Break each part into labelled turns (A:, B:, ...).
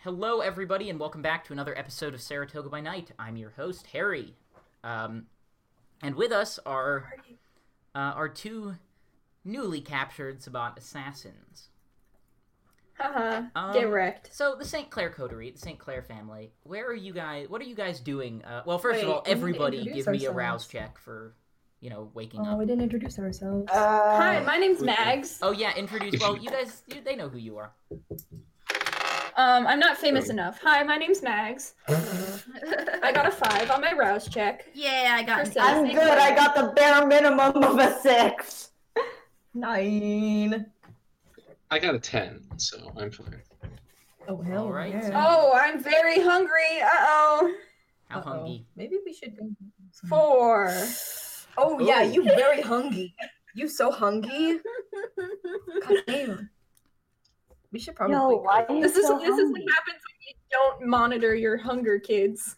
A: Hello, everybody, and welcome back to another episode of Saratoga by Night. I'm your host, Harry, um, and with us are uh, our two newly captured Sabat assassins.
B: Haha.
A: Um,
B: Uh-huh. Get wrecked.
A: So the St. Clair coterie, the St. Clair family. Where are you guys? What are you guys doing? Uh, well, first of
B: Wait,
A: all,
C: we need to
A: everybody, give
C: introduce
A: me a rouse
C: ourselves.
A: check for you know waking
C: Oh,
A: up.
C: we didn't introduce ourselves.
D: Uh,
B: Hi, my name's
A: okay.
B: Mags.
A: Oh yeah, introduce. Well, you guys, you, they know who you are.
B: Um, I'm not famous enough. Hi, my name's Mags. I got a five on my rouse check.
E: Yeah, I got
B: Kristen.
D: I'm good. I got the bare minimum of a six.
C: Nine.
F: I got a 10, so I'm fine.
C: Oh hell
A: All right.
C: yeah.
B: Oh, I'm very hungry. Uh oh.
A: How
C: Uh-oh.
A: hungry?
C: Maybe we should go.
B: Four.
D: Oh yeah,
A: Ooh.
D: you very hungry. You so hungry. God damn.
C: We should probably.
D: are you
B: This is this is what happens when you don't monitor your hunger, kids.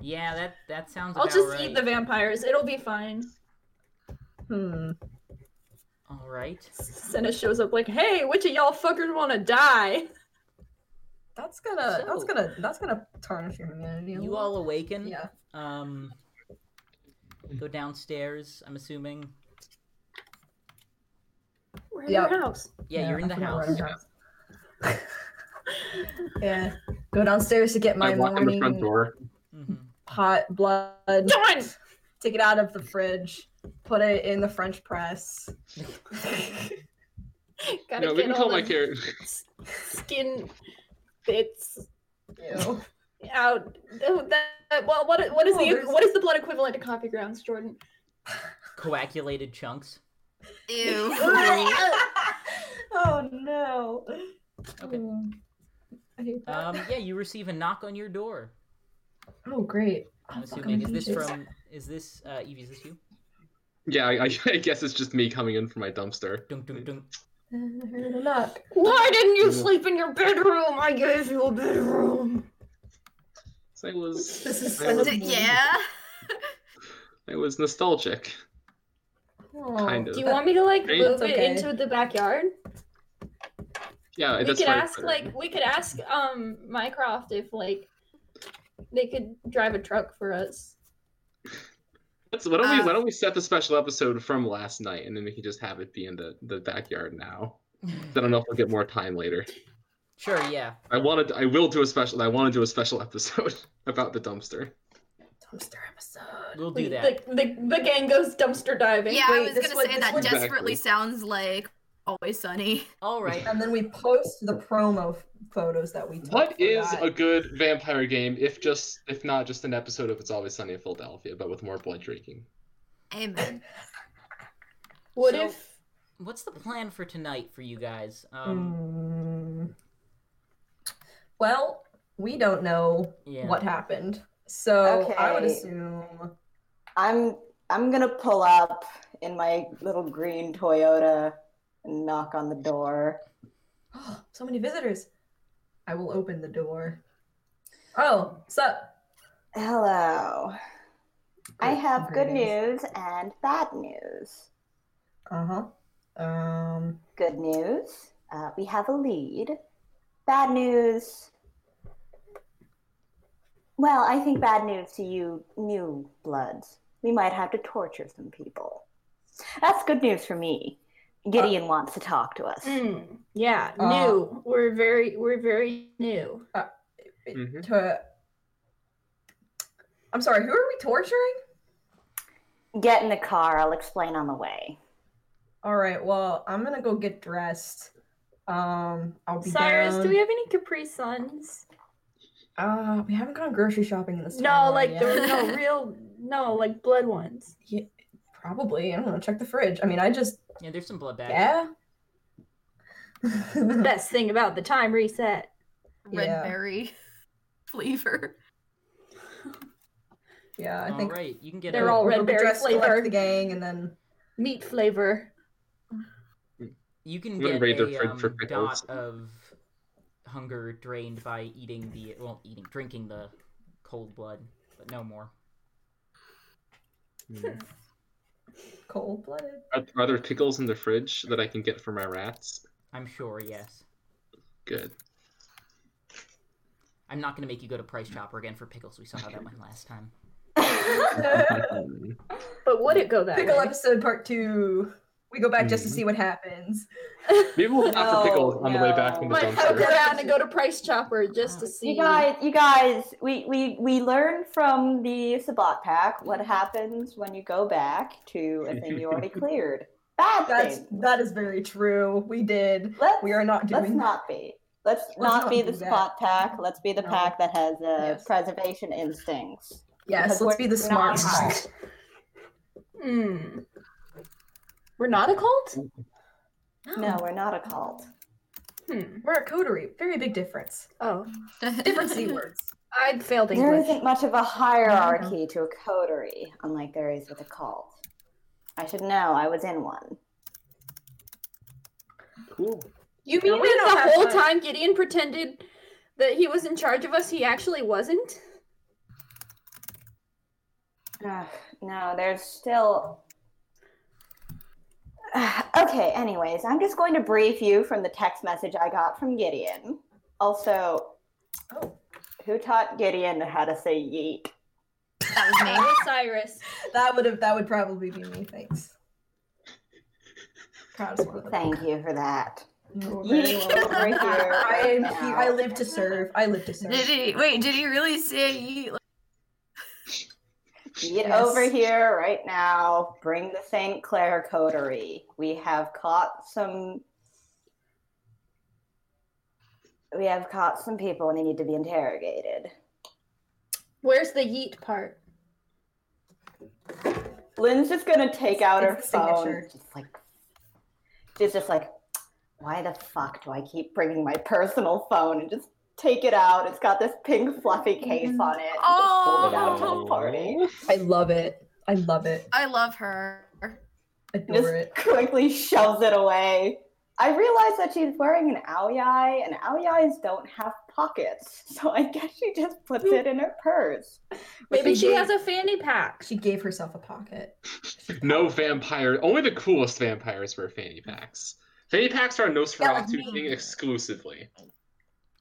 A: Yeah, that that sounds.
B: I'll
A: about
B: just
A: right.
B: eat the vampires. It'll be fine.
C: Hmm.
A: All right.
B: Senna shows up like, "Hey, which of y'all fuckers want to die?"
C: That's gonna. that's
A: So-
C: gonna. That's gonna tarnish your humanity. a
A: You
C: little.
A: all awaken.
C: Yeah.
A: Um, go downstairs. I'm assuming.
B: We're in
C: Yeah.
B: your house.
A: Yeah, you're in the
C: I forgot we're
A: house.
C: in house. yeah. Go downstairs to get my
F: I walk in the
C: morning
F: front door.
A: hmm
C: hot blood.
B: Done.
C: Take it out of the fridge. Put it in the French press.
B: Gotta
F: No,
B: get
F: we can
B: all
F: call my
B: the
F: character.
B: s- skin bits
C: Ew.
B: out. Oh, that, well, what what is
C: Oh,
B: the
C: there's-
B: what is the blood equivalent to coffee grounds, Jordan?
A: Coagulated chunks.
E: Ew.
C: oh no.
A: Okay.
C: I hate that.
A: Um, yeah, you receive a knock on your door.
C: oh great.
A: I'm
C: Oh, fuck,
A: assuming
C: I'm
A: is this
C: confused.
A: from? Is this uh, Evie? Is this you?
F: Yeah, I, I guess it's just me coming in from my dumpster.
A: Dunk dunk dunk.
C: Uh, I heard a knock.
B: Why didn't you
F: Yeah.
B: sleep in your bedroom? I gave you a bedroom.
F: So I was,
C: This is
F: I
C: so
F: was,
C: d-
E: yeah.
F: I was nostalgic.
C: Oh,
F: Kind of.
B: Do you want me to like
F: Great.
B: move
C: Okay.
B: it into the backyard?
F: Yeah,
B: we
F: that's
B: could
F: fine.
B: ask like we could ask um Mycroft if like they could drive a truck for us.
F: Let's- why, don't we,
E: uh,
F: why don't we set the special episode from last night and then we can just have it be in the, the backyard now? I don't know if we'll get more time later.
A: Sure. Yeah.
F: I wanted, I will do a special. I want to do a special episode about the dumpster.
C: Dumpster Oh, episode.
A: We'll do that.
B: The, the, the gang goes dumpster diving.
E: Yeah, I
C: Wait,
E: was
C: this
E: gonna
C: one-
E: say
C: this
E: that
C: one-
E: desperately
F: Exactly.
E: sounds like always sunny.
A: All right.
C: And then we post the promo f- photos that we took.
F: What
C: for
F: is
C: that.
F: a good vampire game if just if not just an episode of It's Always Sunny in Philadelphia, but with more blood drinking?
E: Amen.
B: What
C: So-
B: if
A: What's the plan for tonight for you guys? Um,
C: Mm. Well, we don't know
A: yeah.
C: what happened, so I would
D: Okay.
C: assume.
D: I'm I'm gonna pull up in my little green Toyota and knock on the door.
C: Oh, so many visitors. I will open the door. Oh, sup?
D: Hello. I have good
C: Greetings.
D: news and bad news.
C: Uh huh. Um.
D: Good news. Uh, we have a lead. Bad news. Well, I think bad news to you new bloods. We might have to torture some people. That's good news for me. Gideon wants to talk to us.
B: Mm, yeah,
C: Uh,
B: new. We're very we're very new. Mm-hmm.
F: Mhm.
C: To. I'm sorry. Who are we torturing?
D: Get in the car. I'll explain on the way.
C: All right. Well, I'm gonna go get dressed. Um, I'll be
B: Cyrus,
C: down.
B: do we have any Capri Suns?
C: Uh, we haven't gone grocery shopping in this.
B: No,
C: timeline
B: like
C: yet.
B: the, no real no like blood ones.
C: probably. I don't know. Check the fridge. I mean, I just
A: Yeah. There's some blood bags.
C: yeah.
B: Best thing about the time reset.
E: Red
C: Yeah.
E: berry flavor.
C: yeah, I
A: All
C: think
A: right. You can get.
B: They're
A: a-
B: all
C: we'll
B: red
C: be
B: berry
C: dressed, collect
B: flavored.
C: The gang, and then
B: Meat flavor.
A: You can
F: I'm gonna
A: get
F: raid their
A: a
F: fridge
A: um,
F: for
A: dot
F: pickles.
A: of hunger drained by eating the well, eating drinking the cold blood, but no more.
F: Mm.
C: cold blooded.
F: Are, are there pickles in the fridge that I can get for my rats?
A: I'm sure. Yes.
F: Good.
A: I'm not going to make you go to Price Chopper again for pickles. We saw how that went last time.
F: Um,
B: But would it go that
C: Pickle
B: way?
C: episode part two. We go back just to see what happens.
F: Maybe we'll have
C: No,
F: to pickle on the way back from the
B: Might poke
F: dumpster.
B: around and go to Price Chopper just to see.
D: You guys, you guys, we we we learn from the Sabat pack what happens when you go back to a thing you already cleared. Bad
C: That's
D: thing.
C: that is very true. We did.
D: Let's,
C: We are not doing
D: let's not be. Let's,
C: Let's
D: not,
C: not
D: be
C: do
D: the
C: that.
D: spot pack. Let's be the
C: No.
D: pack that has uh,
C: Yes.
D: preservation instincts.
C: Yes,
D: Because
C: let's
D: we're
C: be the smart.
D: not-
B: Hmm. We're not a cult?
D: No, we're not a cult.
B: Hmm.
C: We're a coterie. Very big difference.
B: Oh,
C: Different C words.
B: I failed
D: There
B: English.
D: isn't much of a hierarchy
C: Mm-hmm.
D: to a coterie, unlike there is with a cult. I should know. I was in one.
F: Cool.
B: You mean
C: we don't
B: that
C: have
B: the whole
C: much.
B: time Gideon pretended that he was in charge of us, he actually wasn't?
D: Ugh, no, there's still. Ugh, okay, anyways, I'm just going to brief you from the text message I got from Gideon. Also,
C: Oh.
D: who taught Gideon how to say yeet?
E: That was me.
B: Maybe Cyrus.
C: That would have that would probably be me, thanks. Proudest one of them.
D: Thank you for that.
C: You were very
D: Yeet
C: welcome.
D: over here.
C: I am
D: right
C: he-
D: now.
C: I live to serve. I live to serve.
E: Did he wait? Did he really say you?
D: Yeet
C: Yes.
D: over here right now. Bring the St. Clair coterie. We have caught some. We have caught some people and they need to be interrogated.
B: Where's the yeet part?
D: Lynn's just gonna take out her
C: It's the
D: phone,
C: signature.
D: just like, just just like, why the fuck do I keep bringing my personal phone and just take it out? It's got this pink fluffy case
C: Mm-hmm.
D: on it. and just pulled it out to the party.
C: I love it. I love it.
E: I love her.
C: Adore
D: Just
C: it.
D: quickly shoves it away. I realize that she's wearing an aoyai, and aoyais don't have pockets, so I guess she just puts it in her purse.
B: Maybe she has a fanny pack.
C: She gave herself a pocket.
F: No vampire. Only the coolest vampires wear fanny packs. Fanny packs are a
E: That was
F: Nosferatu
E: me.
F: thing exclusively.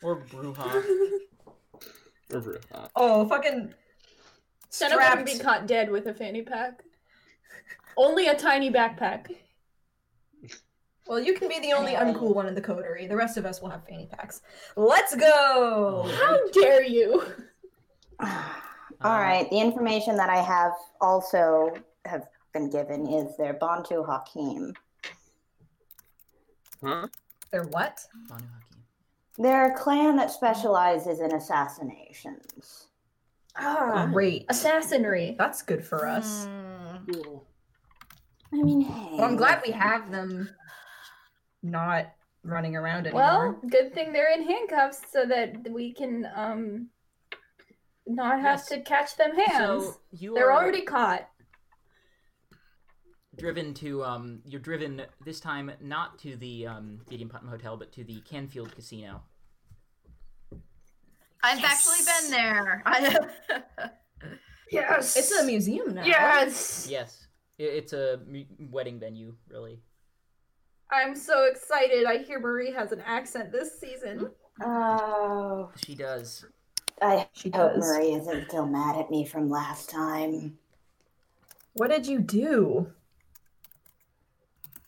A: Or Bruja. Uh,
F: Or Bruja.
C: Oh, fucking
B: Senna wouldn't be
C: Strapped.
B: caught dead with a fanny pack. Only a tiny backpack.
C: well, you can be the only uncool one in the coterie. The rest of us will have fanny packs. Let's go.
B: How dare you?
D: All
A: Uh,
D: right. The information that I have also have been given is their Bantu Hakim.
F: Huh?
C: They're what?
A: Banu Hakim.
D: They're a clan that specializes in assassinations.
B: Ah,
C: Great.
B: assassinry.
C: That's good for us.
E: Mm.
F: Cool.
D: I mean, hey.
C: But I'm glad we have them not running around anymore.
B: Well, good thing they're in handcuffs so that we can um not have
A: Yes.
B: to catch them hands.
A: So you
B: they're
A: are
B: already caught.
A: driven to um you're driven this time not to the um Gideon Putnam Hotel but to the Canfield Casino.
E: I've actually been there. I,
B: Yes.
C: it's a museum now.
B: Yes.
A: Yes. I- It's a m- wedding venue, really.
B: I'm so excited. I hear Marie has an accent this season.
D: Oh,
A: She does.
D: I
C: She
D: hope
C: does.
D: Murray isn't still mad at me from last time.
C: What did you do?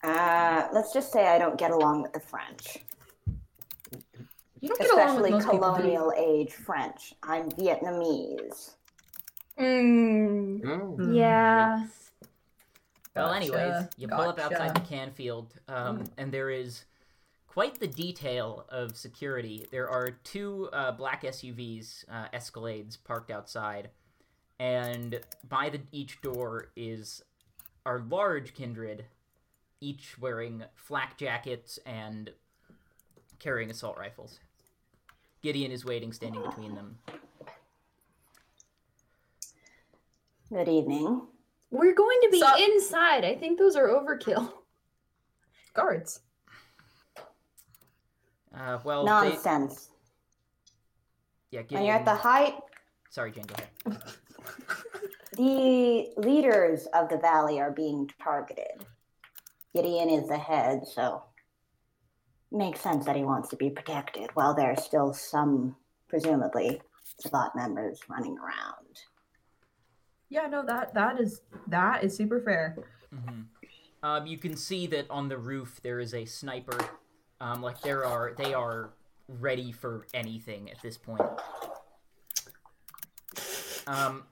D: Uh, let's just say I don't get along with the French,
C: You don't get along with
D: especially
C: most people, do you?
D: colonial age French. I'm Vietnamese.
B: Mm.
F: Oh.
C: Mm.
B: Yeah.
A: Well, anyways,
C: Gotcha,
A: you pull up outside the
C: gotcha. Hmm.
A: Canfield, um, and there is quite the detail of security. There are two uh, black SUVs, uh, Escalades, parked outside, and by the each door is our large kindred, each wearing flak jackets and carrying assault rifles. Gideon is waiting, standing between them.
D: Good evening.
B: We're going to be
E: So-
B: inside. I think those are overkill.
C: Guards.
A: Uh, well, they,
D: Nonsense.
A: yeah,
D: When
A: Gideon.
D: you're at the height,
A: Sorry, Jane, go ahead.
D: the leaders of the valley are being targeted. Gideon is the head, so makes sense that he wants to be protected while there's still some presumably Savant members running around.
C: Yeah, no, that that is that is super fair.
A: Mhm. Um, you can see that on the roof there is a sniper. Um, like there are they are ready for anything at this point. Um,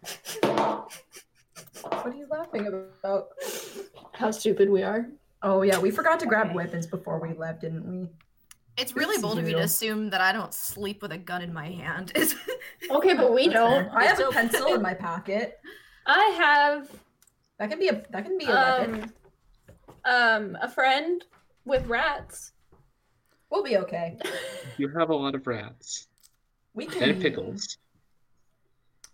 C: What are you laughing about?
B: How stupid we are.
C: Oh yeah, we forgot to grab weapons before we left, didn't we?
E: It's really bold of you to
C: Zero.
E: assume that I don't sleep with a gun in my hand. It's-
B: Okay, but we
C: That's
B: don't.
C: fair. I have
A: It's
C: a
A: okay.
C: pencil in my pocket.
B: I have
C: That can be a that can be a weapon.
B: um, um a friend with rats.
C: We'll be okay.
F: You have a lot of rats
C: We can
F: and pickles.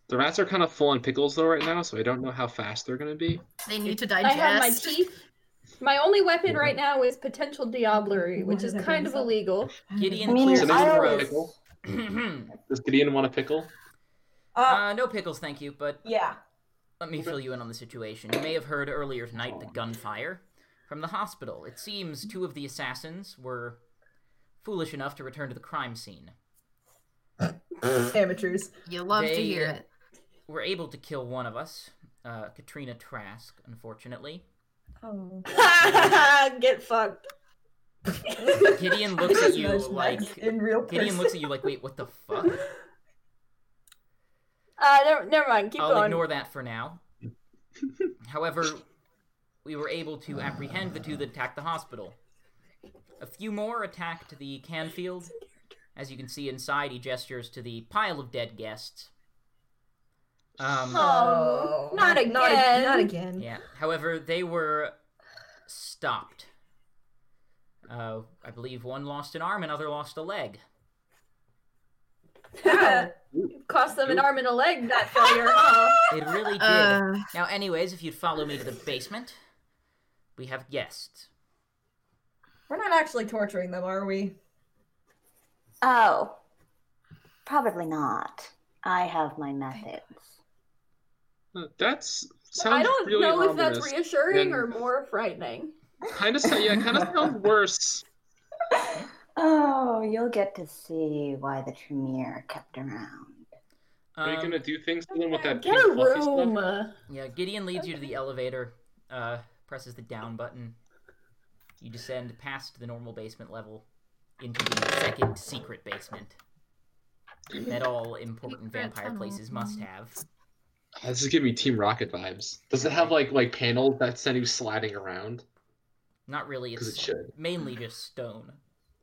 F: The rats are kind of full on pickles though right now, so I don't know how fast they're gonna be.
E: they need to
B: I have my
E: digest.
B: teeth. My only weapon
F: Yeah.
B: right now is potential diablerie, which is kind of illegal.
A: Gideon
D: I mean,
A: clears his
D: I
A: throat.
F: always- Does Gideon want a pickle?
C: Uh,
A: uh, no pickles, thank you. But
C: yeah.
A: Let me fill you in on the situation. You may have heard earlier tonight the gunfire from the hospital. It seems two of the assassins were foolish enough to return to the crime scene.
C: Amateurs.
E: you love to
A: They-
E: hear it.
A: Were able to kill one of us, uh, Katrina Trask, unfortunately.
C: Oh.
B: Get fucked.
A: Gideon looks at you like
C: in real
A: Gideon
C: person.
A: looks at you like, wait, what the fuck?
B: Uh, never, never mind. Keep
A: I'll
B: going.
A: ignore that for now. However, we were able to apprehend the two that attacked the hospital. A few more attacked the Canfield. As you can see inside, he gestures to the pile of dead guests. Um,
B: Oh, not
C: Not,
B: again.
C: not again.
A: yeah. However, they were stopped. Uh, I believe one lost an arm, another lost a leg.
B: Cost them an arm and a leg that failure, huh?
A: It really did.
E: Uh,
A: Now, anyways, if you'd follow me to the basement, we have guests.
C: We're not actually torturing them, are we?
D: Oh, probably not. I have my methods.
F: Uh, That's sounds
B: I don't
F: really
B: know if that's
F: ominous.
B: reassuring
F: and-
B: or more frightening.
F: Kind of, yeah, kind of sounds worse.
D: Oh, you'll get to see why the Tremere kept around.
F: Are you
A: Um,
F: gonna do things to them with that
B: Get
F: pink
B: a
F: fluffy stuff?
B: room.
A: Yeah, Gideon leads you to the elevator, uh, presses the down button. You descend past the normal basement level into the second secret basement that all important
E: Secret
A: vampire
E: tunnel.
A: places must have.
F: Oh, this is giving me Team Rocket vibes. Does it have like like panels that send you sliding around?
A: Not really,
F: Because it
A: it's
F: should.
A: mainly just stone,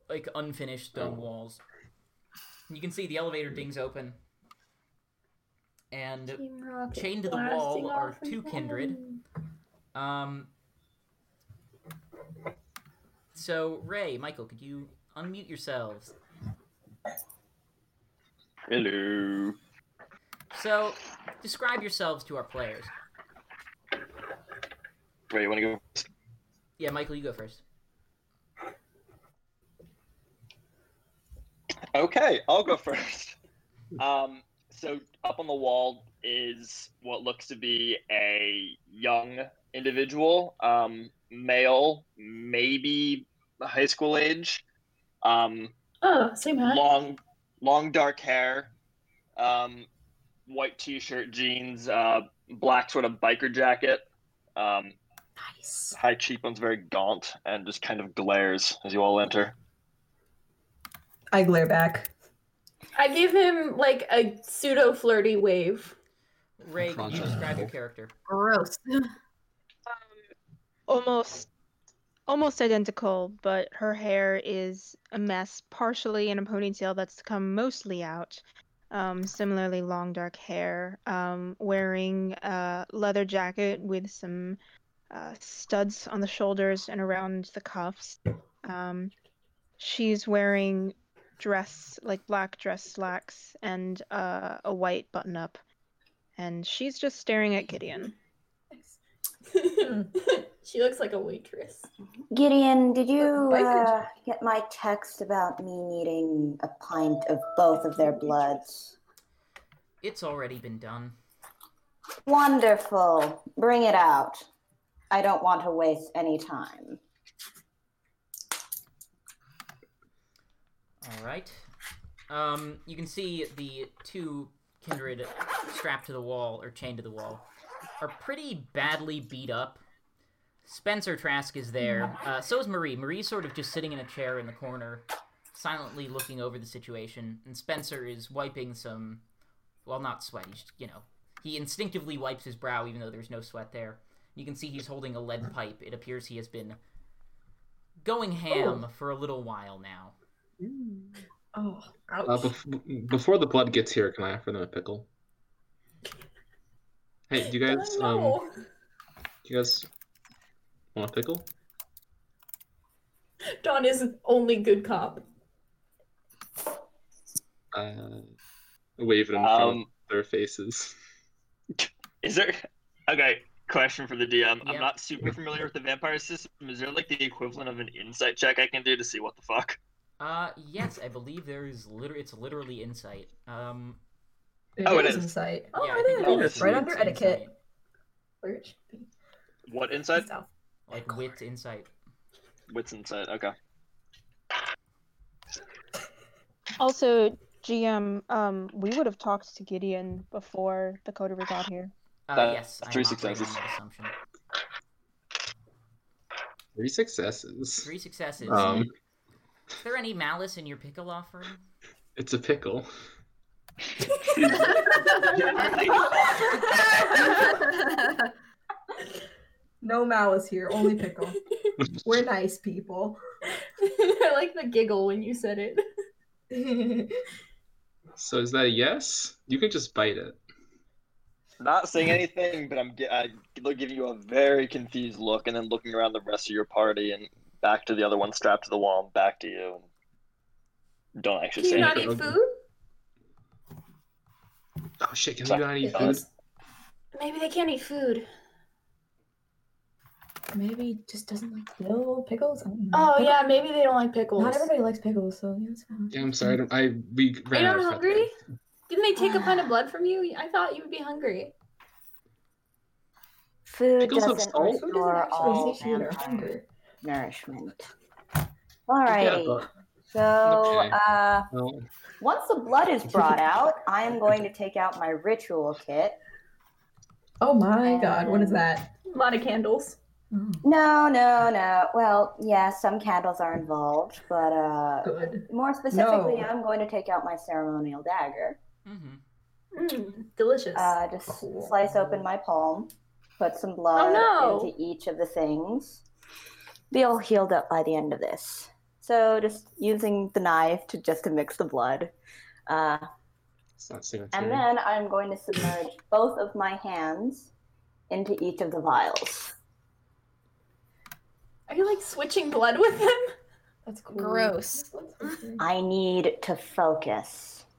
A: like unfinished
F: Oh.
A: stone walls. You can see the elevator dings open, and chained to the wall are two kindred. Um, so Ray, Michael, could you unmute yourselves?
G: Hello.
A: So describe yourselves to our players.
G: Wait, you want to go?
A: Yeah, Michael, you go first.
G: Okay, I'll go first. Um, so up on the wall is what looks to be a young individual, um, male, maybe high school age. Um,
B: Oh, same hat.
G: long, long dark hair, um, white t-shirt, jeans, uh, black sort of biker jacket. Um,
E: nice.
G: high cheekbones, very gaunt, and just kind of glares as you all enter.
C: I glare back.
B: I give him like a pseudo flirty wave.
A: Ray, could you
F: Contact.
A: describe your character?
E: Gross.
H: almost almost identical, but her hair is a mess, partially in a ponytail that's come mostly out. Um, similarly, long dark hair, um, wearing a leather jacket with some uh, studs on the shoulders and around the cuffs. Um, she's wearing dress, like black dress slacks, and uh, a white button up. And she's just staring at Gideon.
B: she looks like a waitress.
D: Gideon, did you
C: Biker
D: uh, get my text about me needing a pint of both of their bloods?
A: It's already been done.
D: Wonderful. Bring it out. I don't want to waste any time.
A: All right. Um, you can see the two kindred strapped to the wall or chained to the wall are pretty badly beat up. Spencer Trask is there. Uh, so is Marie. Marie's sort of just sitting in a chair in the corner, silently looking over the situation. And Spencer is wiping some, well, not sweat. He's, you know, he instinctively wipes his brow, even though there's no sweat there. You can see he's holding a lead pipe. It appears he has been going ham for a little while now.
C: Oh, ouch.
F: Uh, bef- before the blood gets here, can I offer them a pickle? Hey, do you guys um,
B: no.
F: do you guys want a pickle?
B: Don is only good cop.
F: Uh, wave it in front of
G: Um,
F: their faces.
G: is there? Okay, question for the DM.
A: Yeah.
G: I'm not super familiar with the vampire system. Is there like the equivalent of an insight check I can do to see what the fuck?
A: Uh, yes, I believe there is liter- It's literally insight. Um,
G: Oh, it is.
C: insight. Oh,
A: yeah, I think
C: it
A: all
C: is.
A: three
C: Right
A: it's
C: under etiquette.
A: insight,
C: Where it should be.
G: What insight?
C: Stuff.
A: like wit insight.
G: What's insight? Okay.
H: Also, GM, um, we would have talked to Gideon before the coterie got here.
A: Uh,
G: That's
A: yes, I am
G: three
A: operating on
G: successes.
A: that assumption.
F: Three successes.
A: Three successes.
F: Um,
A: Is there any malice in your pickle offering?
F: it's a pickle.
C: No malice here, only pickle. We're nice people.
B: I like the giggle when you said it.
F: So is that a yes? You can just bite it.
G: Not saying anything, but I'm gi- I look- giving you a very confused look, and then looking around the rest of your party, and back to the other one strapped to the wall, and back to you. And don't actually
B: Do you
G: say
B: not
G: anything.
B: eat food?
F: Oh shit! Can you not eat
C: It
F: food?
C: was-
B: Maybe they can't eat food.
C: Maybe just doesn't like no pickles. I don't know.
B: Oh
C: Pickle-
B: yeah, maybe they don't like pickles.
C: Not everybody likes pickles, so yeah, it's fine.
F: Yeah, I'm sorry. I, don't, I we
B: Are
F: ran
B: you not
F: out of hot
B: hungry?
F: dogs.
B: Didn't they take a pint of blood from you? I thought you would be hungry.
D: Food
F: Pickles have
D: doesn't
F: salt?
C: Food doesn't
D: restore all
C: actually satiate our
D: vampire
C: hunger.
D: nourishment.
F: Yeah,
D: Alrighty.
F: but-
D: So,
F: Okay.
D: uh,
F: well,
D: once the blood is brought out, I am going to take out my ritual kit.
C: Oh my god, what is that?
B: A lot of candles.
C: Oh,
D: No, no, no. Well, yeah, some candles are involved, but uh,
C: good.
D: more specifically,
C: No.
D: I'm going to take out my ceremonial dagger.
A: Mm-hmm.
B: Mm, delicious.
D: Uh, just
C: Cool.
D: slice open my palm, put some blood
B: no.
D: into each of the things. Be all healed up by the end of this. So just using the knife to just to mix the blood. Uh,
F: it's not sanitary.
D: and then I'm going to submerge both of my hands into each of the vials.
B: Are you like switching blood with them?
C: That's cool.
E: Gross.
D: I need to focus.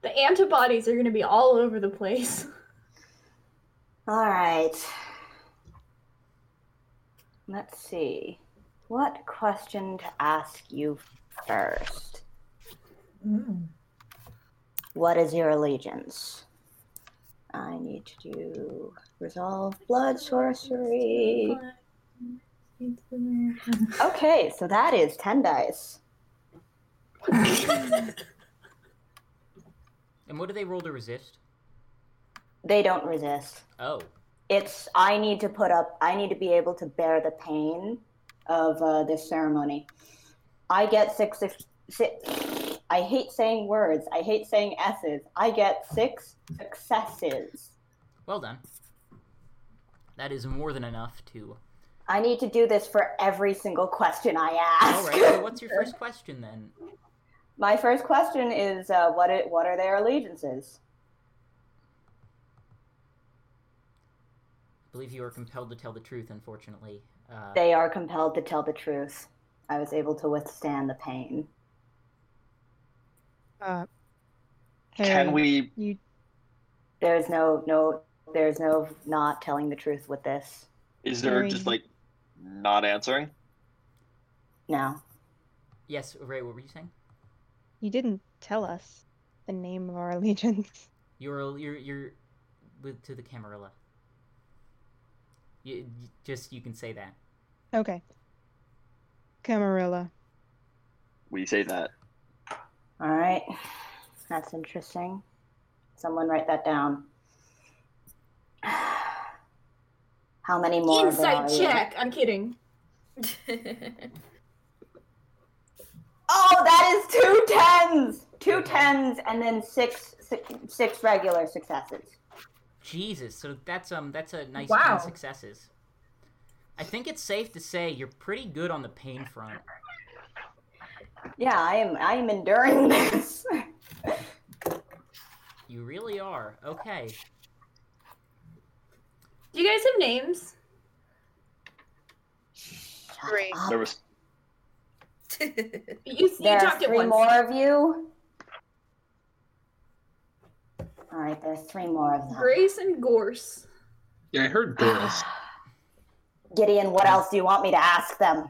B: The antibodies are gonna be all over the place.
D: All right. Let's see. What question to ask you first?
C: Mm.
D: What is your allegiance? I need to do resolve blood sorcery. Okay, so that is 10 dice.
A: And what do they roll to resist?
D: They don't resist.
A: Oh,
D: It's, I need to put up, I need to be able to bear the pain of uh, this ceremony. I get six, six, six. I hate saying words. I hate saying S's. I get six successes.
A: well done. That is more than enough to.
D: I need to do this for every single question I
A: All
D: ask.
A: right. So what's your first question then?
D: My first question is uh, what it, what are their allegiances?
A: I believe you are compelled to tell the truth. Unfortunately, uh,
D: They are compelled to tell the truth. I was able to withstand the pain.
H: Uh, Harry,
G: Can we?
H: You
D: There is no no there is no not telling the truth with this.
G: Is there
H: Very-
G: just like not answering?
D: No.
A: yes, Ray. What were you saying?
H: you didn't tell us the name of our allegiance.
A: You're you're you're with to the Camarilla. You, you- just you can say that.
H: Okay. Camarilla.
G: We say that.
D: All right. That's interesting. Someone write that down. How many more? there
B: Insight
D: are you?
B: check. I'm kidding.
D: Oh, that is two tens, two tens, and then six, six, six regular successes.
A: Jesus, so that's um that's a nice
C: Wow.
A: 10 successes. I think it's safe to say you're pretty good on the pain front.
D: Yeah, I am. I am enduring this.
A: You really are. Okay.
B: Do you guys have names?
H: Three.
G: There was
B: Oh, You, you
D: There are
B: talked at
D: three
B: once.
D: more of you. All right, there's three more of them.
B: Grace and Gorse.
F: Yeah, I heard Doris.
D: Ah. Gideon, what else do you want me to ask them?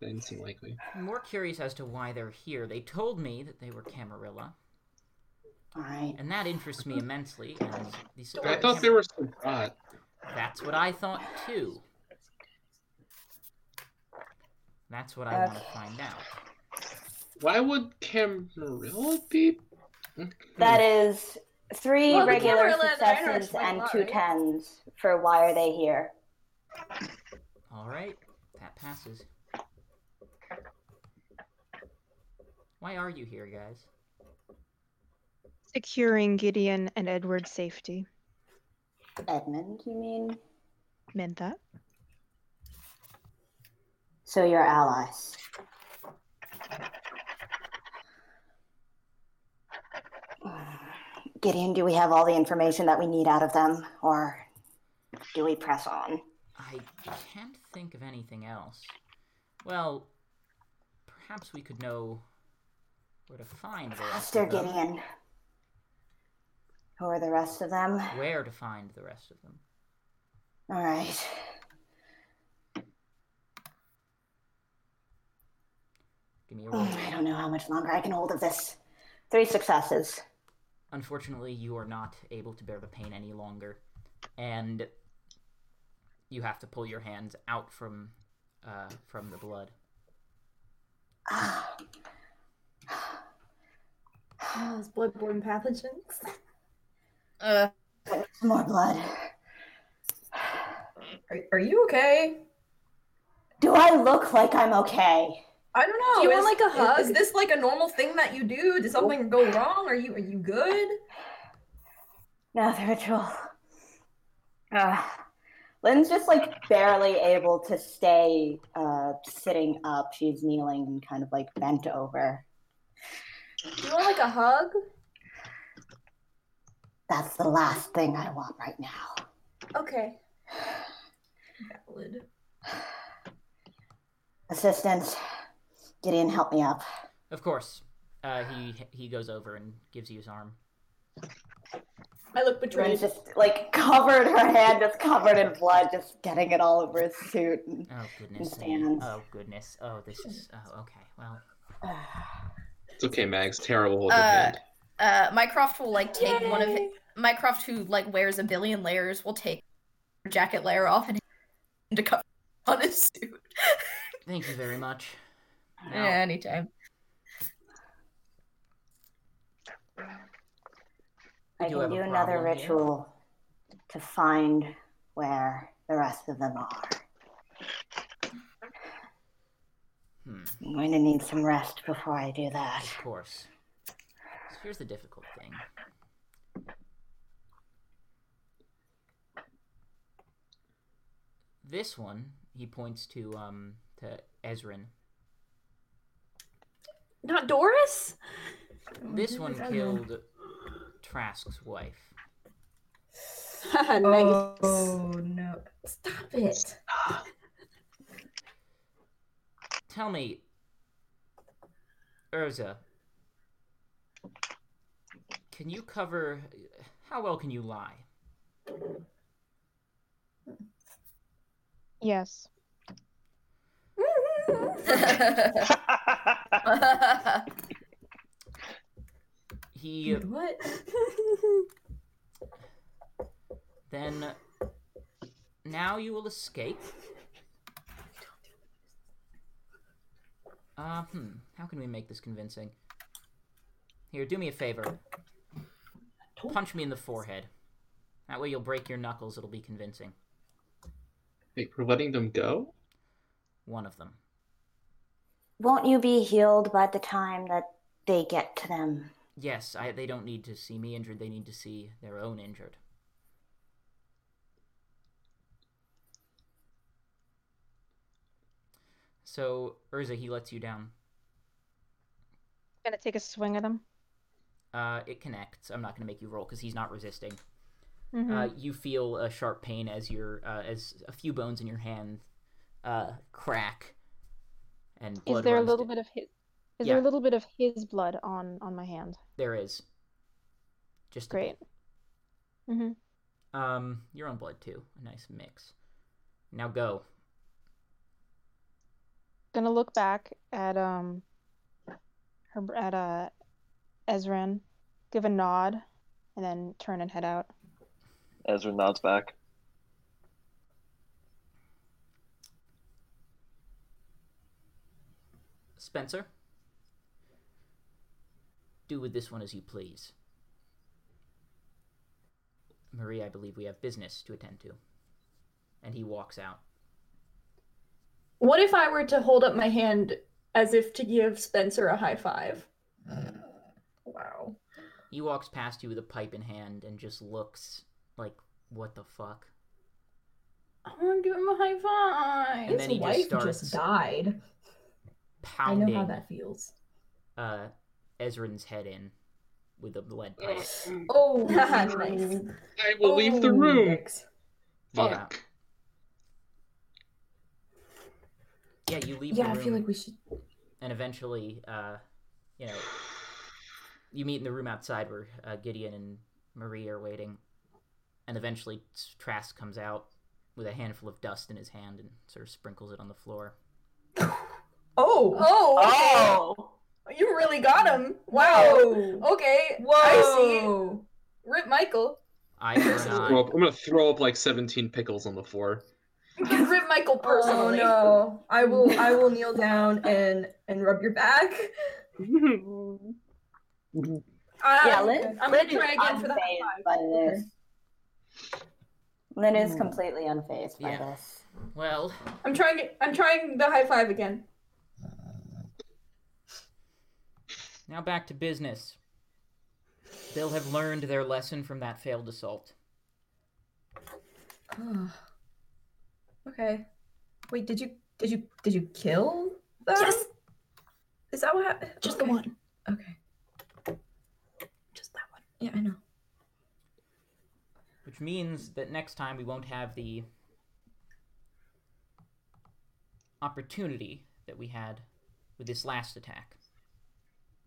F: That didn't seem likely.
A: I'm more curious as to why they're here. They told me that they were Camarilla,
D: All right.
A: and that interests me immensely. as the
F: But I
A: supporter
F: thought
A: Camar-
F: they were some rot.
A: That's what I thought too. That's what I want to
D: Okay.
A: find out.
F: Why would Camarilla be?
D: That is three
B: Well, the
D: regular
B: camera lens, I don't
D: successes
B: explain
D: and
B: why.
D: two tens for why are they here?
A: All right, that passes. Why are you here, guys?
H: Securing Gideon and Edward's safety.
D: Edmund, you mean?
H: Meant that?
D: So your allies. Gideon, do we have all the information that we need out of them, or do we press on?
A: I can't think of anything else. Well, perhaps we could know where to find the rest
D: Faster,
A: of them.
D: Gideon. Who are the rest of them?
A: Where to find the rest of them?
D: All right.
A: Give me a roll.
D: Mm, I don't know how much longer I can hold of this. Three successes.
A: Unfortunately, you are not able to bear the pain any longer, and you have to pull your hands out from uh, from the blood.
D: Ah,
B: Oh, those bloodborne pathogens.
E: Uh,
D: some more blood.
C: Are, are you okay?
D: Do I look like I'm okay?
C: I don't know.
B: Do you want,
C: is-
B: like, a
C: is-
B: hug?
C: Is, this like a normal thing that you do? Did something go wrong? Are you are you good?
D: No, the ritual. Uh, Lynn's just like barely able to stay uh, sitting up. She's kneeling and kind of like bent over.
B: You want like a hug?
D: That's the last thing I want right now.
B: Okay.
C: Valid.
D: Assistance, Gideon, help me up.
A: Of course, uh, he he goes over and gives you his arm.
B: I look
D: Lynn's
B: betrayed.
D: just like covered, her hand just covered in blood, just getting it all over his suit. And,
A: Oh goodness! me.
D: Understand.
A: Oh goodness! Oh, this is. Oh, okay. Well,
D: uh,
F: It's okay, Mags. Tara will hold your
E: Uh,
F: hand.
E: uh, Mycroft will like take one of
B: Yay.
E: Mycroft, who like wears a billion layers, will take her jacket layer off and to cover on his suit.
A: thank you very much. Now,
E: Yeah, anytime.
D: I
A: We do
D: can
A: have
D: do
A: a
D: another
A: problem here.
D: ritual to find where the rest of them are.
A: Hmm.
D: I'm going to need some rest before I do that.
A: Of course. So here's the difficult thing. This one, he points to um to Ezrin.
B: Not Doris?
A: This one killed Trask's wife.
B: nice.
C: Oh no! Stop it!
A: Tell me, Urza, can you cover? How well can you lie?
H: Yes.
A: He
C: What?
A: then now you will escape. Uh, hmm. How can we make this convincing? Here, do me a favor. Punch me in the forehead. That way you'll break your knuckles. It'll be convincing.
F: Wait, we're letting them go?
A: One of them.
D: Won't you be healed by the time that they get to them?
A: Yes, I, they don't need to see me injured. They need to see their own injured. So, Urza, he lets you down.
H: Gonna take a swing at him.
A: Uh, it connects. I'm not going to make you roll because he's not resisting. Uh,
H: Mhm.
A: you feel a sharp pain as your uh, as a few bones in your hand uh, crack, and blood
H: is there a
A: runs
H: little
A: d-
H: bit of his? Is there
A: Yeah.
H: a little bit of his blood on on my hand?
A: There is. Just a
H: Great.
A: bit.
H: hmm
A: Um, your own blood too. A nice mix. Now go.
H: Gonna look back at um, her at uh, Ezrin, give a nod, and then turn and head out.
G: Ezra nods back.
A: Spencer, do with this one as you please. Marie, I believe we have business to attend to. And he walks out.
B: What if I were to hold up my hand as if to give Spencer a high five?
C: Wow.
A: He walks past you with a pipe in hand and just looks like, what the fuck?
B: I want to give him a high five.
A: And then he
C: His
A: just
C: wife
A: starts
C: just died. I know
A: Pounding
C: how that feels.
A: uh, Ezrin's head in with a lead pipe.
C: Oh,
B: Nice.
F: I will leave the
C: Oh,
F: room.
C: yikes.
A: Oh, Yeah.
F: Fuck.
A: Yeah, you leave
C: Yeah,
A: the
C: I
A: room,
C: feel like we should.
A: and eventually, uh, you know, you meet in the room outside where uh, Gideon and Marie are waiting, and eventually Trask comes out with a handful of dust in his hand and sort of sprinkles it on the floor.
C: Oh,
B: Oh, okay.
E: Oh.
B: you really got him. Wow.
C: whoa,
B: Okay.
C: whoa.
B: I see. Rip Michael.
A: I uh, for an
F: Throw
A: eye.
F: up- I'm gonna throw up like 17 pickles on the floor.
B: Rip Michael
C: Oh
B: personally.
C: no! I will. I will kneel down and and rub your back.
B: Um,
D: yeah, Lynn.
B: I'm
D: Lynn
B: gonna try
D: is
B: again for the high five.
D: unfazed by this. Lynn is
C: Hmm.
D: completely unfazed by
A: Yeah.
D: this.
A: Well,
B: I'm trying. I'm trying the high five again.
A: now back to business. They'll have learned their lesson from that failed assault.
C: okay. Wait, did you did you did you kill them?
E: Yes.
C: Is that what happened?
E: Just
C: okay.
E: the one.
C: Okay. Just that one. Yeah, I know.
A: Which means that next time we won't have the opportunity that we had with this last attack.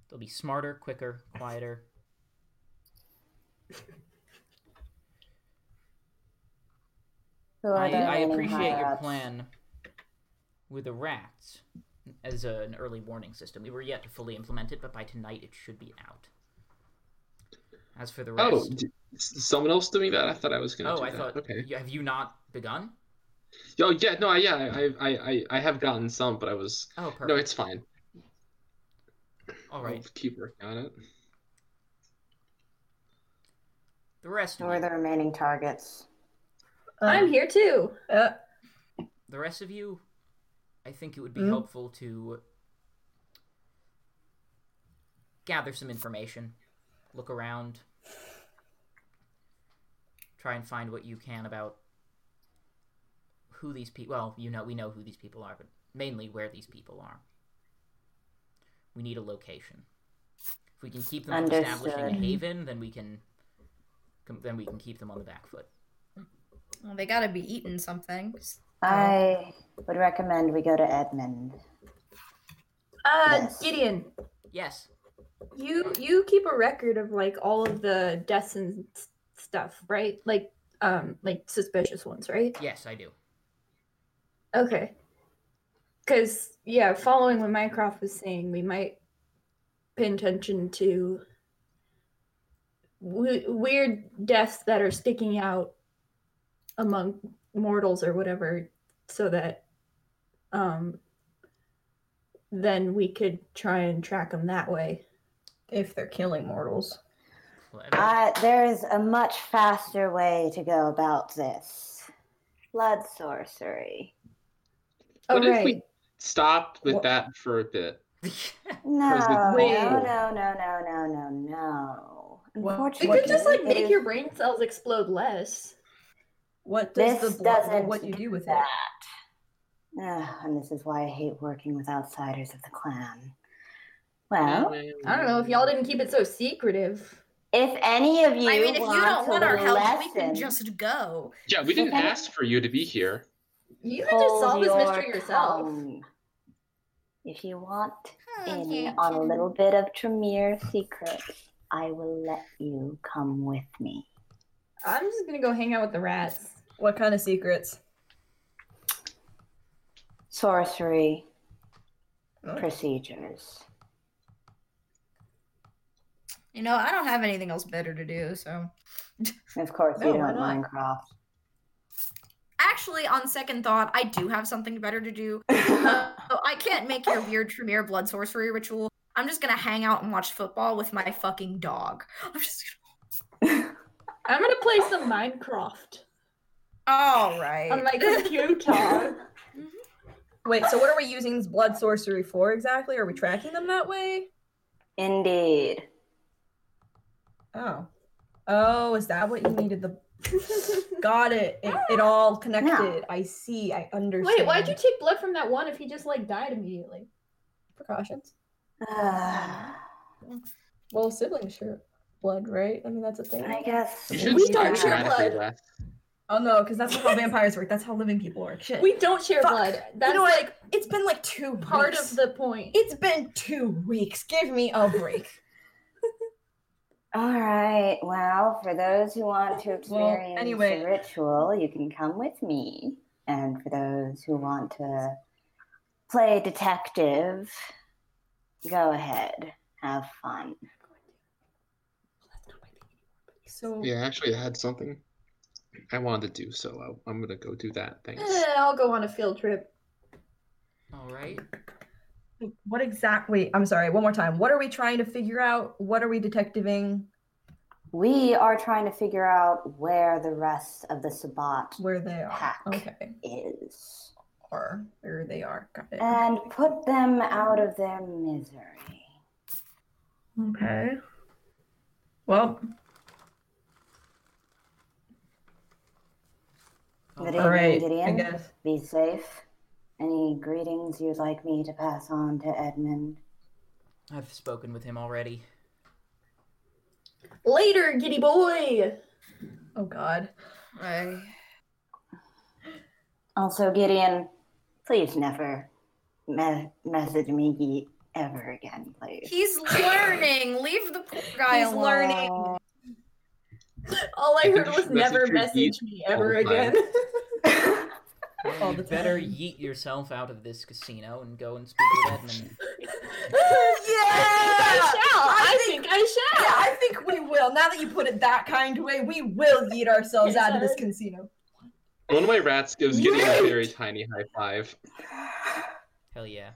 A: They'll be smarter, quicker, quieter.
D: Who are
A: I,
D: the
A: I
D: remaining
A: appreciate your
D: higher-ups?
A: plan with the rats as a- an early warning system. We were yet to fully implement it, but by tonight it should be out. As for the rest,
F: Oh, d- s- someone else doing that? I thought I was gonna.
A: Oh,
F: do
A: I
F: that.
A: thought.
F: Okay.
A: y- Have you not begun?
F: Oh yeah, no, I- yeah, I, I, I, I have gotten some, but I Oh. was.
A: Oh, perfect.
F: No, it's fine.
A: All
F: I'll
A: right.
F: keep working on it.
A: The rest.
D: Who
A: Of
D: are
A: you,
D: the remaining targets?
B: I'm
C: Um,
B: here too.
C: uh,
A: the rest of you, I think it would be
C: Mm.
A: helpful to gather some information, look around, try and find what you can about who these people. Well, you know, we know who these people are, but mainly where these people are. We need a location. If we can keep them from establishing a
D: Understood.
A: haven, then we can, then we can keep them on the back foot.
E: Well, they gotta be eating something.
D: I would recommend we go to Edmund.
B: Uh,
D: Yes.
B: Gideon,
A: Yes.
B: you you keep a record of like all of the deaths and s- stuff, right? Like um like suspicious ones, right?
A: Yes, I do.
B: Okay. Because, yeah, following what Mycroft was saying, we might pay attention to w- weird deaths that are sticking out among mortals or whatever, so that um, then we could try and track them that way.
C: if they're killing mortals.
D: Uh, there is a much faster way to go about this. Blood sorcery.
F: What if we stop with that for a bit?
D: No,
F: Because
D: no,
F: it's
D: no,
F: awful.
D: no, no, no, no, no.
B: You
D: Unfortunately,
B: could just like
D: it
B: make
D: is-
B: your brain cells explode less.
C: What does
D: This
C: the blood,
D: doesn't
C: what you do with
D: that.
C: that?
D: Ugh, and this is why I hate working with outsiders of the clan. Well,
B: I don't know if y'all didn't keep it so secretive.
D: if any of you,
E: I mean, if you
D: want
E: don't
D: to
E: want our help, we
D: lessen-
E: can just go.
F: Yeah, we didn't ask for you to be here.
B: You could just solve
D: Hold
B: this
D: your
B: mystery yourself.
D: tongue. If you want
E: Oh,
D: in
E: yeah,
D: on a
E: Ken.
D: little bit of Tremere secrets, I will let you come with me.
B: I'm just gonna go hang out with the rats.
C: What kind of secrets?
D: Sorcery
C: Oh.
D: procedures.
E: You know, I don't have anything else better to do, so.
D: Of course,
C: No,
D: you
C: why
D: don't Minecraft.
E: Actually, on second thought, I do have something better to do. Uh, I can't make your weird Tremere blood sorcery ritual. I'm just gonna hang out and watch football with my fucking dog. I'm just
B: I'm gonna play some Minecraft
E: gonna... All right.
B: on my computer.
C: Wait, so what are we using this blood sorcery for exactly? Are we tracking them that way?
D: Indeed.
C: Oh. Oh, is that what you needed the Got it. It, it all connected. I see. I understand.
B: Wait, why'd you take blood from that one if he just like died immediately?
C: precautions?
D: Uh,
C: Well, siblings share blood, right? I mean, that's a thing.
D: I guess
F: You should
B: We
F: start
B: don't share
F: dramatically
B: blood.
F: less.
C: Oh no, because that's not how vampires work. That's how living people work. Shit.
B: We don't share
C: Fuck.
B: blood.
C: you
B: That's
C: know what?
B: like
C: It's been like two
B: part
C: weeks.
B: of the point.
C: It's been two weeks. Give me a break.
D: All right. Well, for those who want to experience
C: Well, anyway.
D: the ritual, you can come with me. And for those who want to play detective, go ahead. Have fun.
C: so
F: Yeah, actually, I had something I wanted to do, so I- I'm gonna go do that. Thanks.
B: Eh, I'll go on a field trip.
A: All right.
C: what exactly? I'm sorry. One more time. What are we trying to figure out? What are we detectiving?
D: We are trying to figure out where the rest of the Sabbat
C: Where they are?
D: Hack.
C: Okay.
D: is
C: Or where they are? Got it.
D: and put them out of their misery.
C: Okay. Well,
D: Good
A: Um,
C: all right.
D: evening,
C: I
D: Gideon.
C: guess.
D: Be safe. Any greetings you'd like me to pass on to Edmund?
A: I've spoken with him already.
B: Later, giddy boy.
C: Oh God.
E: Right.
D: Also, Gideon, please never me- message me ye- ever again, please.
E: He's learning. Leave the poor guy
C: He's
E: alone.
C: learning.
B: All I
F: You
B: heard
F: just
B: was never
F: message your
B: message me ever
F: all the time.
B: again.
C: All
A: Well, you
C: the
A: better
C: time.
A: yeet yourself out of this casino and go and speak with Edmund.
B: I
C: Yeah.
B: shall. I think I
C: Yeah,
B: shall.
C: I think we will. Now that you put it that kind way, we will eat ourselves out of this casino.
F: One of my rats gives Gideon a very tiny high five.
A: Hell yeah.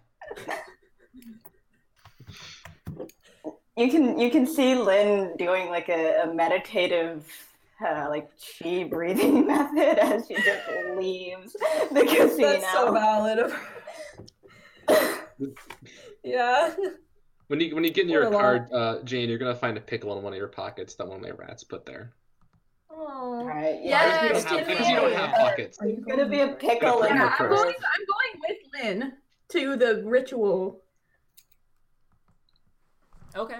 D: You can you can see Lynn doing like a, a meditative uh, like chi breathing method as she just leaves the casino.
C: That's so valid of her. yeah.
F: When you when you get in
C: Or a
F: your
C: lot.
F: card, uh, Jane, you're gonna find a pickle in one of your pockets that one of my rats put there.
D: All
B: Aw.
D: right.
B: Yes,
F: you don't have, because you don't
B: Jimmy!
F: have pockets.
C: Are you
D: It's gonna be a pickle in
F: Yeah,
D: her
B: I'm
F: first.
B: going. I'm going with Lynn to the ritual.
A: Okay.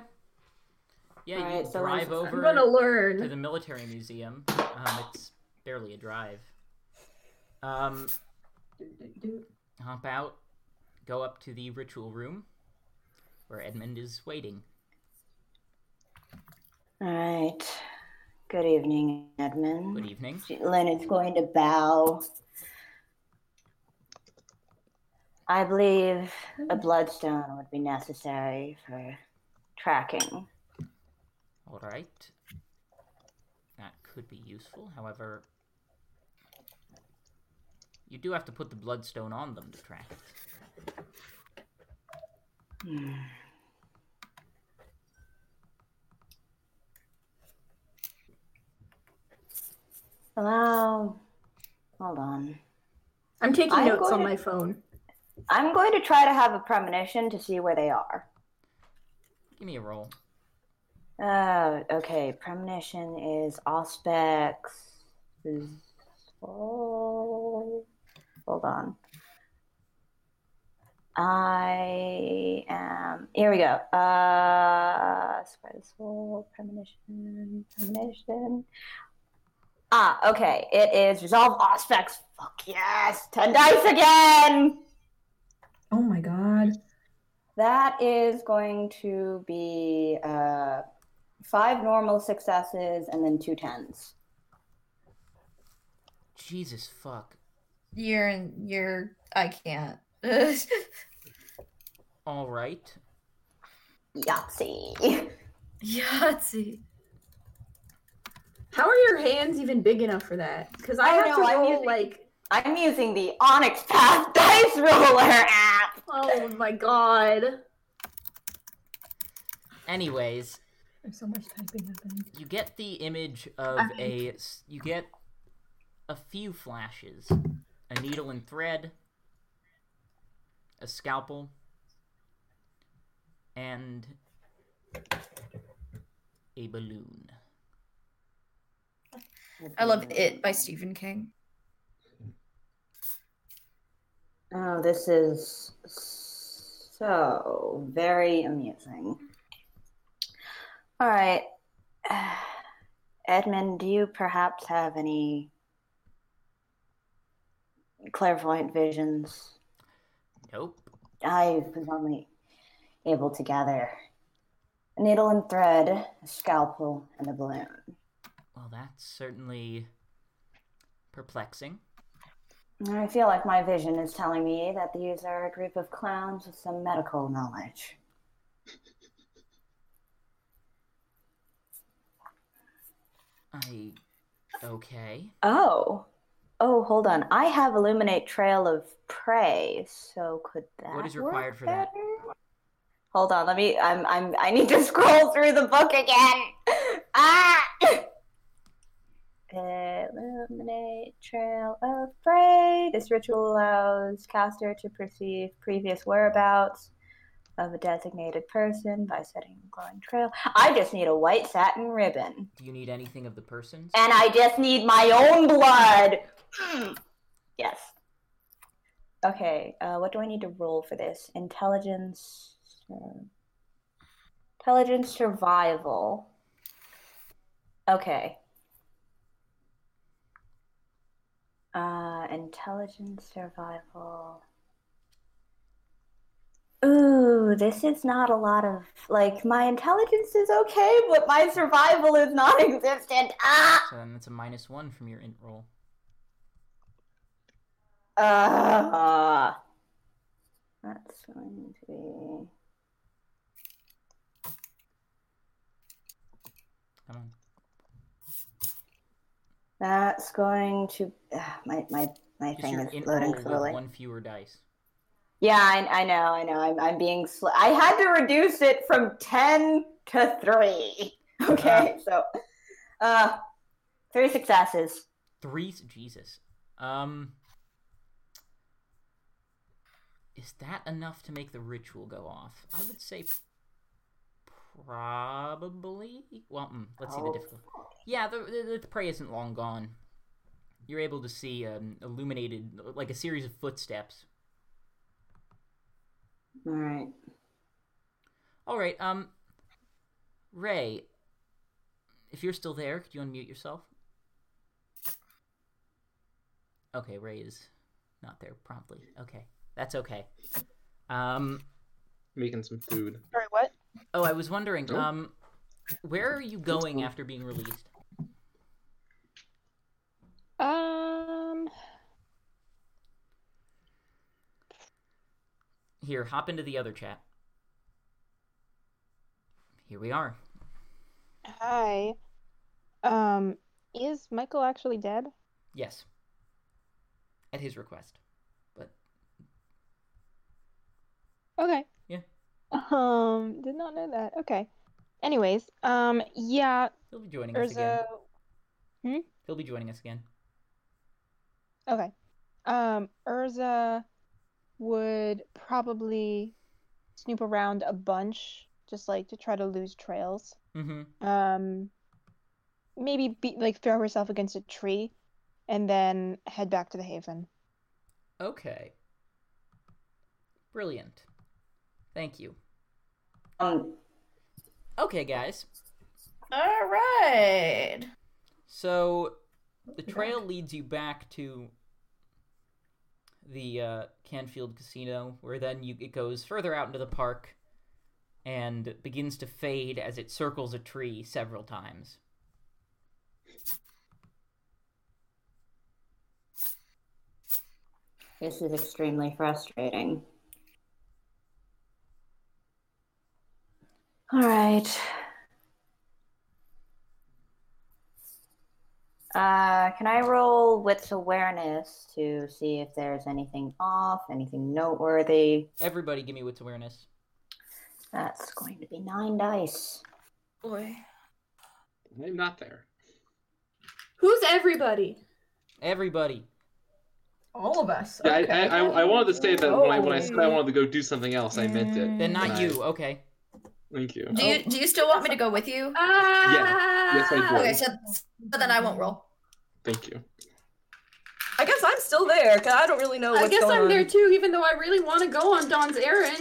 A: Yeah, you
D: Alright, so
A: drive
D: I'm- I'm
B: I'm
A: over
B: gonna
A: to the
B: learn.
A: military museum. Um, it's barely a drive. Um, hop out, go up to the ritual room, where Edmund is waiting.
D: All right. Good evening, Edmund.
A: Good evening.
D: Lynn is going to bow. I believe a bloodstone would be necessary for tracking.
A: All right. That could be useful. However, you do have to put the bloodstone on them to track it.
D: Hmm. Hello. Hold on.
B: I'm taking
D: I'm
B: notes on
D: going-
B: my phone.
D: I'm going to try to have a premonition to see where they are.
A: Give me a roll.
D: Uh, okay, premonition is auspex. Oh, hold on. I am. Here we go. Uh, spread the soul, premonition, premonition. Ah, okay. It is resolve auspex. Fuck yes! Ten dice again.
C: Oh my god.
D: That is going to be uh, five normal successes and then two tens.
A: Jesus fuck.
E: You're in. You're. I can't.
A: All right.
D: Yahtzee.
E: Yahtzee.
B: How are your hands even big enough for that? Because I,
D: I
B: have
D: know,
B: to
D: I'm
B: roll
D: using-
B: like,
D: I'm using the Onyx Path Dice Roller app.
B: oh my god.
A: Anyways,
C: There's so much typing happening.
A: you get the image of a s- you get a few flashes a needle and thread a scalpel and a balloon
E: I love it by Stephen King.
D: Oh, this is so very amusing. All right. Edmund, do you perhaps have any clairvoyant visions?
A: nope
D: I was only able to gather a needle and thread, a scalpel, and a balloon.
A: well that's certainly perplexing
D: And I feel like my vision is telling me that these are a group of clowns with some medical knowledge.
A: i okay
D: Oh. Oh, hold on. I have illuminate trail of prey, so could that
A: What is
D: work
A: required for that?
D: better? Hold on, let me I'm I'm I need to scroll through the book again. Ah Illuminate trail of prey. This ritual allows caster to perceive previous whereabouts of a designated person by setting a glowing trail. I just need a white satin ribbon.
A: do you need anything of the persons
D: And I just need my own blood. Mm. Yes. Okay, uh, what do I need to roll for this? Intelligence. uh, Intelligence survival. Okay. Uh, intelligence survival. Ooh, this is not a lot of like my intelligence is okay, but my survival is non-existent. Ah.
A: so then that's a minus one from your int roll
D: Uh, that's going to
A: come on
D: be. That's going to. Uh, my my my
A: just
D: thing
A: your
D: is
A: int roll
D: loading
A: with
D: slowly.
A: one fewer dice
D: Yeah, I, I know, I know. I'm I'm being slow. I had to reduce it from ten to three. Okay, so, uh, three successes.
A: Three Jesus. Um Is that enough to make the ritual go off? I would say probably. Well, mm, let's see the
D: Oh.
A: difficulty. Yeah, the, the, the prey isn't long gone. You're able to see um, illuminated, like a series of footsteps.
D: All right.
A: All right, um, Ray, if you're still there, could you unmute yourself? Okay, Ray is not there promptly. Okay, that's okay. Um,
F: Making some food.
H: Sorry, what?
A: oh, I was wondering,
F: Oh.
A: um, where are you going after being released?
H: Um,
A: Here, hop into the other chat. Here we are.
H: hi. Um, is Michael actually dead?
A: Yes. At his request. But
H: Okay.
A: Yeah.
H: Um, did not know that. Okay. Anyways, um, yeah,
A: he'll be joining us again.
H: Urza Hmm?
A: He'll be joining us again.
H: Okay. Um, Urza would probably snoop around a bunch, just like to try to lose trails.
A: Mm-hmm.
H: Um, maybe be, like throw herself against a tree, and then head back to the haven.
A: Okay. Brilliant. Thank you.
D: Um,
A: Okay, guys.
E: All right.
A: So the trail leads you back to the uh, Canfield Casino, where then you, it goes further out into the park and begins to fade as it circles a tree several times.
D: this is extremely frustrating. All right. Uh, can I roll wits awareness to see if there's anything off, anything noteworthy?
A: Everybody, give me wits awareness.
D: That's going to be nine dice.
E: Boy.
F: I'm not there.
B: Who's everybody?
A: Everybody.
C: All of us.
F: Yeah, I-
C: okay.
F: I, I, I wanted to say that when I when I said I wanted to go do something else, I meant it.
A: Then not
F: And I-
A: you. Okay.
F: Thank you. Oh,
E: Do you do you still want me to go with you?
B: Ah!
F: Yes, I do.
E: Okay, so, so then I won't roll.
F: Thank you.
C: I guess I'm still there because I don't really know what's
B: I guess
C: going
B: I'm
C: on.
B: there too, even though I really want to go on Don's errand.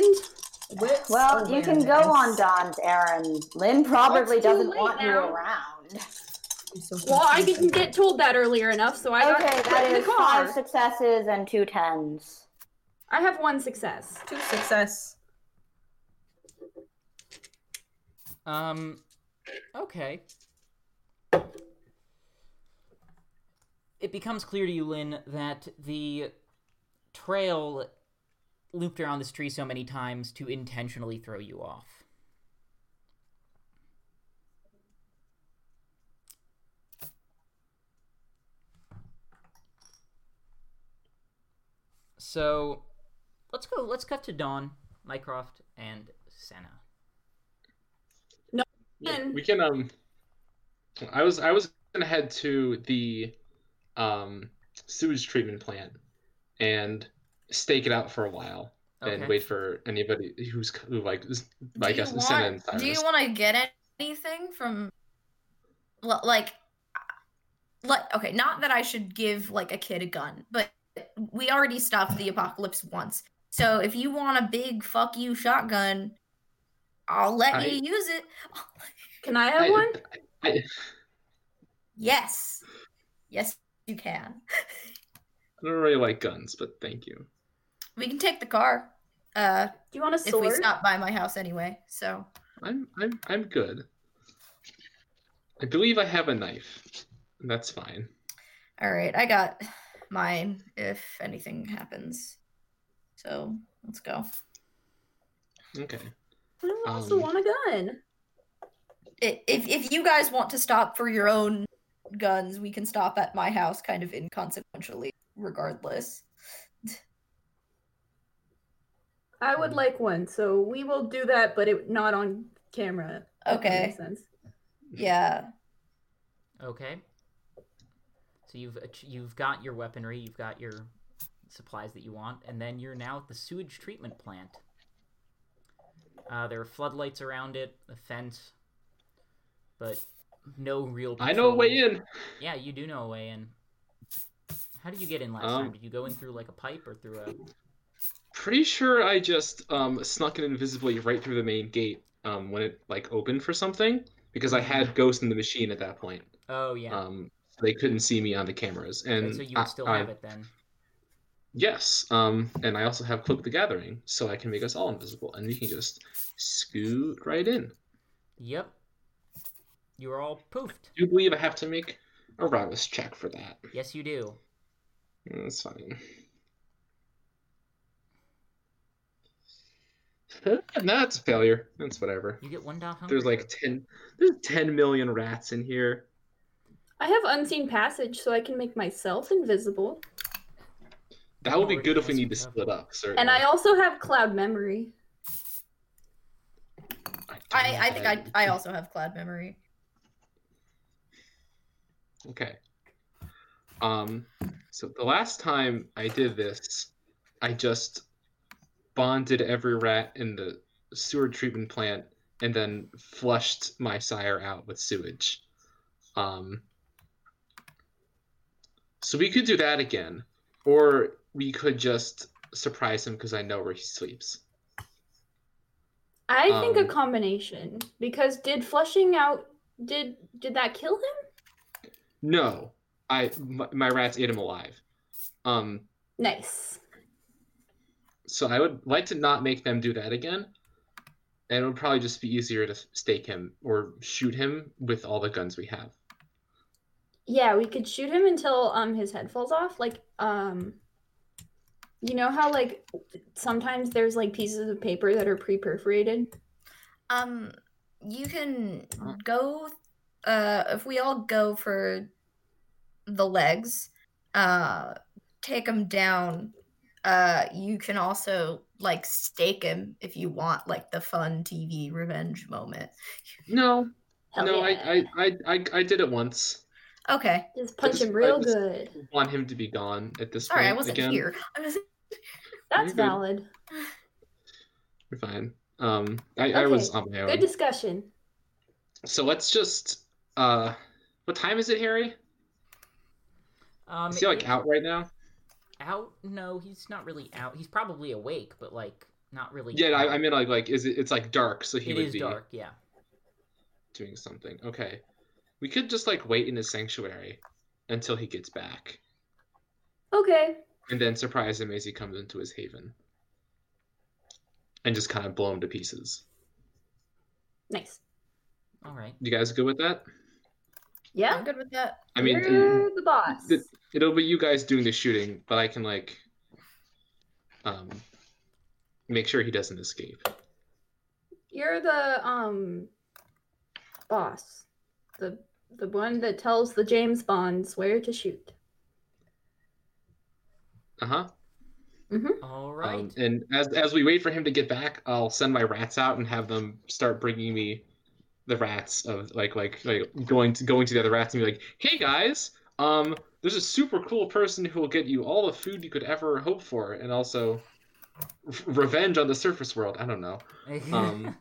C: Wits
D: Well, you can go on
C: awareness.
D: Don's errand. Lynn probably
B: It's too
D: doesn't
B: late
D: want you
B: now.
D: around.
C: I'm so
B: Well, I
C: confused.
B: didn't get told that earlier enough, so I got
D: okay,
B: put
D: that
B: in the
D: is
B: car.
D: five successes and two tens.
B: I have one success.
C: Two success.
A: Um. Okay. It becomes clear to you, Lynn, that the trail looped around this tree so many times to intentionally throw you off. So, let's go. Let's cut to Dawn, Mycroft, and Senna.
F: Yeah,
B: And-
F: we can um I was I was gonna head to the um sewage treatment plant and stake it out for a while and
A: Okay.
F: wait for anybody who's who like is-
E: Do
F: I
E: you
F: guess Senna and
E: want,
F: Cyrus.
E: do you want to get anything from l- like like okay, not that I should give like a kid a gun, but we already stopped the apocalypse once. So if you want a big fuck you shotgun, I'll let
F: I-
E: you use it.
B: Can I have
F: I-
B: one?
E: Yes. Yes, you can.
F: I don't really like guns, but thank you.
E: We can take the car. Uh
B: Do you want a
E: if
B: sword?
E: we stop by my house anyway. So
F: I'm I'm I'm good. I believe I have a knife. and That's fine.
E: all right, I got mine if anything happens. So let's go.
F: Okay.
B: Who wants to
F: Um,
B: want a gun?
E: I- if if you guys want to stop for your own guns, we can stop at my house kind of inconsequentially regardless.
B: I would like one, so we will do that, but it not on camera. if that
E: Okay.
B: makes sense.
E: Yeah.
A: Okay. So you've ach- you've got your weaponry, you've got your supplies that you want, and then you're now at the sewage treatment plant. Uh, there are floodlights around it, a fence, but no real.
F: I know a way
A: patrols.
F: in.
A: Yeah, you do know a way in. How did you get in last
F: Um,
A: time? Did you go in through like a pipe or through a?
F: Pretty sure I just um snuck in invisibly right through the main gate um when it like opened for something because I had Ghost in the machine at that point.
A: Oh Mm-hmm. yeah.
F: Um, they couldn't see me on the cameras, and
A: okay, so you would still
F: I,
A: have
F: I-
A: it then.
F: Yes. Um, and I also have Cloak the Gathering, so I can make us all invisible, and we can just scoot right in.
A: Yep. You are all poofed.
F: Do you believe I have to make a rouse check for that?
A: Yes, you do.
F: Mm, That's fine. That's a failure. That's whatever.
A: You get one dot hunger.
F: There's like ten. There's ten million rats in here.
B: I have unseen passage, so I can make myself invisible,
F: That would be
A: Lord,
F: good if we
A: yes,
F: need
A: we
F: to
A: have-
F: split up. Certainly.
B: and I also have cloud memory.
F: don't
E: I, I
F: know
E: think
F: that
E: I, I also have cloud memory.
F: Okay. Um, so the last time I did this, I just bonded every rat in the sewer treatment plant and then flushed my sire out with sewage. Um, so we could do that again, or we could just surprise him because I know where he sleeps.
B: I think a
F: Um,
B: combination because did flushing out did did that kill him?
F: No, I my, my rats ate him alive. Um,
B: Nice.
F: so I would like to not make them do that again, and it would probably just be easier to stake him or shoot him with all the guns we have.
B: Yeah, we could shoot him until um his head falls off. Like um, you know how like sometimes there's like pieces of paper that are pre-perforated.
E: Um, you can go. Uh, if we all go for the legs, uh, take him down. Uh, you can also like stake him if you want, like the fun TV revenge moment.
F: No,
B: Hell
F: no,
B: yeah.
F: I, I, I, I, I did it once.
E: Okay,
B: Just punch him
F: just- I
B: real
F: just-
B: good.
F: Want him to be gone at this
E: sorry,
F: point
E: I wasn't
F: again.
E: here. I was.
B: That's
F: good.
B: valid.
F: You're fine. Um, I, I was
B: Okay,
F: on my own.
B: Good discussion.
F: So let's just. Uh, what time is it, Harry?
A: Um,
F: Is he like
A: it-
F: out right now?
A: out? No, he's not really out. He's probably awake, but like not really.
F: Yeah, I,
A: out.
F: I mean like like is it? It's like dark, so he
A: it
F: would
A: is
F: be
A: dark. Yeah.
F: doing something. Okay, we could just like wait in his sanctuary until he gets back,
B: Okay.
F: and then surprise him as he comes into his haven, and just kind of blow him to pieces.
B: Nice.
A: All right.
F: You guys good with that?
B: Yeah.
E: I'm good with that.
F: I mean,
B: you're the boss.
F: it, it'll be you guys doing the shooting, but I can like um make sure he doesn't escape.
B: You're the um boss. The the one that tells the James Bonds where to shoot.
F: Uh huh.
A: All right.
F: Um, and as as we wait for him to get back, I'll send my rats out and have them start bringing me the rats of like like like going to going to the other rats and be like, "Hey guys, um, there's a super cool person who will get you all the food you could ever hope for, and also r- revenge on the surface world. I don't know. um,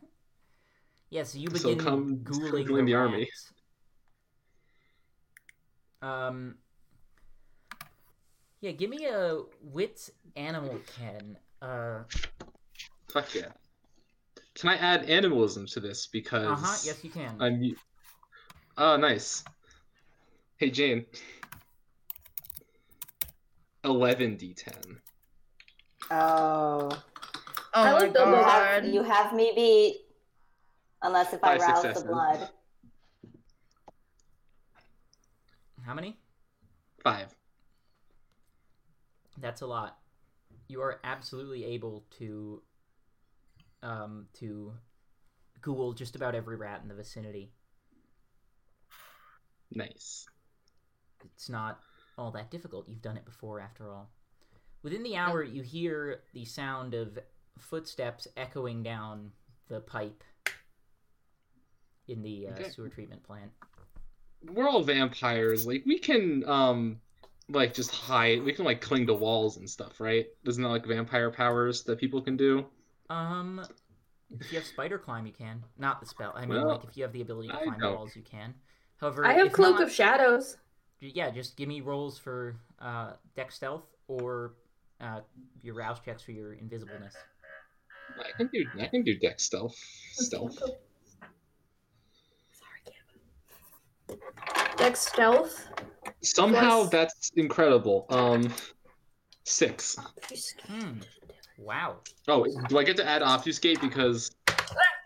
A: yeah. So you
F: so
A: begin
F: come-
A: ghouling
F: join the army.
A: rats. Um. Yeah. Give me a wits animal ken. Uh.
F: Fuck yeah. Can I add animalism to this because
A: Uh huh. Yes, you can.
F: I'm. u- Oh, nice. Hey, Jane. 11d10.
D: Oh.
E: Oh
B: I
E: my
B: like the look.
E: god.
D: You have me beat. Unless if I
F: Five
D: rouse
F: successes.
D: the blood.
A: How many?
F: Five.
A: That's a lot. You are absolutely able to. Um. To. Ghoul just about every rat in the vicinity.
F: Nice.
A: it's not all that difficult. You've done it before, after all. Within the hour, you hear the sound of footsteps echoing down the pipe in the uh,
F: Okay.
A: sewer treatment plant.
F: We're all vampires. Like we can, um, like just hide. We can like cling to walls and stuff, right? Isn't that like vampire powers that people can do?
A: Um, if you have spider climb, you can. Not the spell. I mean,
F: Well,
A: like if you have the ability to
F: I
A: climb
F: don't.
A: walls, you can. However,
B: I have
A: if
B: Cloak
A: not,
B: of Shadows.
A: yeah, just give me rolls for uh, deck stealth or uh, your rouse checks for your invisibleness.
F: I can do. I can do deck stealth. Stealth.
B: Dex stealth.
F: Somehow
B: Plus-
F: that's incredible. Um, six.
A: Hmm. Wow.
F: Oh, do I get to add obfuscate because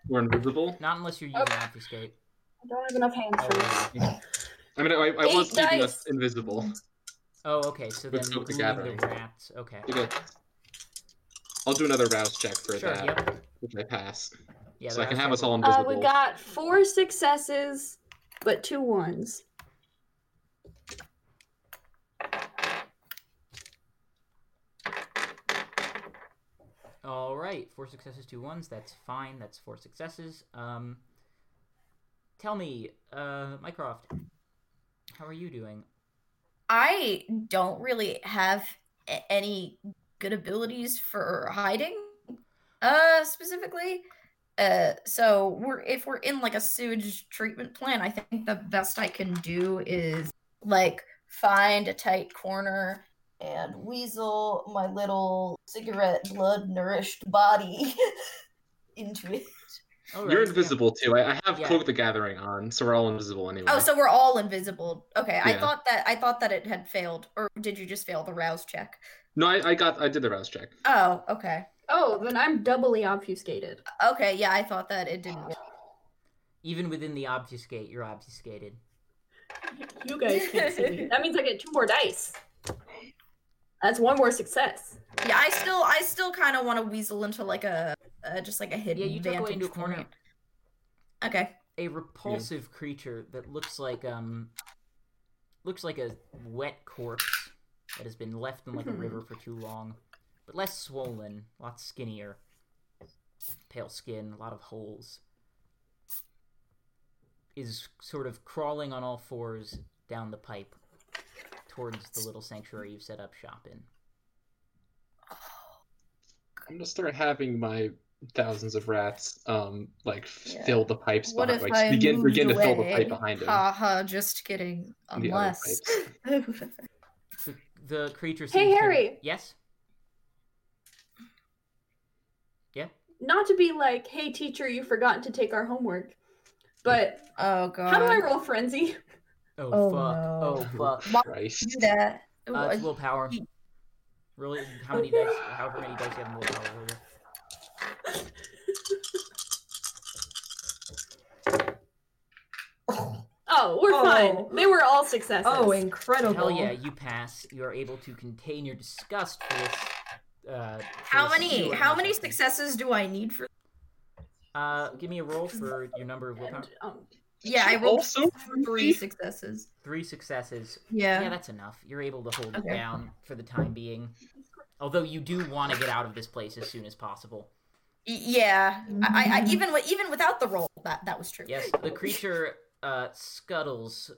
F: we're invisible?
A: Not unless you're using obfuscate.
B: I don't have enough hands for this.
F: I mean, I, I was
B: Eight
F: keeping
B: dice.
F: us invisible.
A: Oh, okay. So then
F: With Cloak of the
A: ghouling
F: Gathering.
A: the rats. Okay.
F: Okay. I'll do another rouse check for
A: Sure.
F: that,
A: Yep.
F: which I pass.
A: Yeah.
F: so
A: the
F: I can
A: rats
F: have
A: are
F: us all
A: rolled.
B: Uh,
F: Oh, invisible.
B: we got four successes, but two ones.
A: All right. Four successes, two ones. That's fine. That's four successes. Um, tell me, uh, Mycroft, how How are you doing?
E: I don't really have a- any good abilities for hiding, uh, specifically. Uh, so we're if we're in like a sewage treatment plant, I think the best I can do is like find a tight corner and weasel my little cigarette blood nourished body into it.
A: All
F: You're
A: right, yeah.
F: invisible too. I, I have
A: Yeah.
F: Cloak the Gathering on, so we're all invisible anyway.
E: Oh, so we're all invisible. Okay, I
F: Yeah.
E: thought that I thought that it had failed, or did you just fail the rouse check?
F: no, I, I got I did the rouse check.
E: Oh, okay,
B: Oh, then I'm doubly obfuscated.
E: okay, yeah, I thought that it didn't.
A: Even within the obfuscate, you're obfuscated.
B: You guys can't see me. That means I get two more dice. That's one more success.
E: Yeah, I still I still kind of want to weasel into like a uh, just like a hidden.
A: Yeah, you took away
E: vantage
A: into a corner.
E: point. Okay.
A: a repulsive creature that looks like um looks like a wet corpse that has been left in like a river
B: Hmm.
A: for too long, but less swollen, a lot skinnier. Pale skin, a lot of holes. Is sort of crawling on all fours down the pipe towards the little sanctuary you've set up shop in.
F: I'm gonna start having my thousands of rats um like
E: Yeah.
F: fill the pipes
E: What
F: behind,
E: if
F: like
E: I
F: begin
E: moved
F: begin to fill the
E: away?
F: pipe behind them.
E: Haha, just kidding.
F: the other
E: Unless.
F: pipes.
A: The, the creature
B: Hey,
A: seems to-
B: Harry!
A: Yes?
B: Not to be like, hey teacher, you forgot to take our homework. But
E: oh god.
B: how do I roll frenzy?
A: Oh,
C: Oh,
A: fuck.
C: no.
A: Oh fuck.
E: Why-
F: Christ.
E: do that?
A: Uh, it's
E: Ooh,
A: willpower.
E: he-
A: Really, how many dice? However many dice you have in willpower. Roger.
B: Oh, we're
C: Oh.
B: fine. They were all successes.
C: Oh, incredible.
A: Hell yeah, you pass. You are able to contain your disgust for this. Uh, for
E: How
A: this
E: many?
A: sewer
E: How many
A: infection.
E: successes do I need for?
A: Uh, give me a roll for your number of willpower.
B: And, um,
E: Yeah, I rolled
F: Also
E: three successes.
A: Three successes.
E: Yeah.
A: Yeah, that's enough. You're able to hold it
E: Okay.
A: down for the time being. Although you do want to get out of this place as soon as possible.
E: Y- Yeah, I, I, I even wi- even without the roll, that that was true.
A: Mm-hmm. Yes, the creature uh, scuttles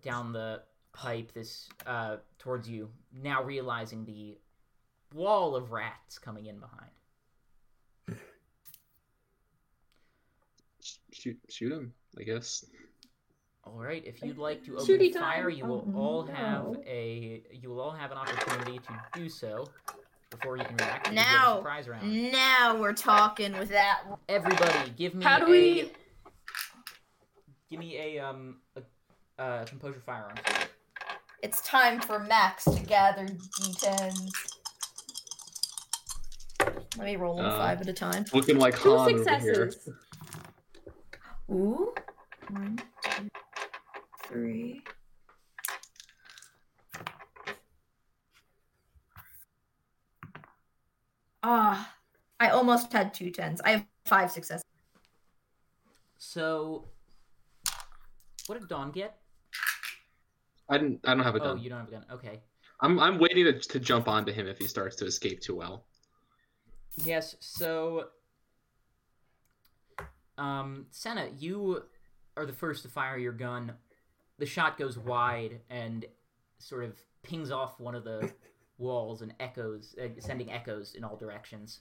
A: down the pipe this uh, towards you, now realizing the wall of rats coming in behind.
F: Shoot shoot him, I guess.
A: All right, if you'd like to open
B: Shooty
A: fire,
B: time.
A: you will
C: Oh,
A: all
C: no.
A: have a you will all have an opportunity to do so before you can react. You get a
E: Now.
A: surprise round.
E: Now we're talking with that.
A: Everybody, give me
B: how do
A: a,
B: we
A: give me a um a, uh, composure firearm.
E: It's time for Max to gather d10s. Let me roll them
F: Uh,
E: five at a time.
F: Looking like
B: two
F: Han over here.
B: successes?
E: Ooh, one, two, three. Ah, I almost had two tens. I have five successes.
A: So, what did Dawn get?
F: I didn't I don't have a
A: Oh,
F: gun.
A: you don't have a gun. Okay.
F: I'm I'm waiting to, to jump onto him if he starts to escape too well.
A: Yes, so um Senna, you are the first to fire your gun. The shot goes wide and sort of pings off one of the walls and echoes, uh, sending echoes in all directions.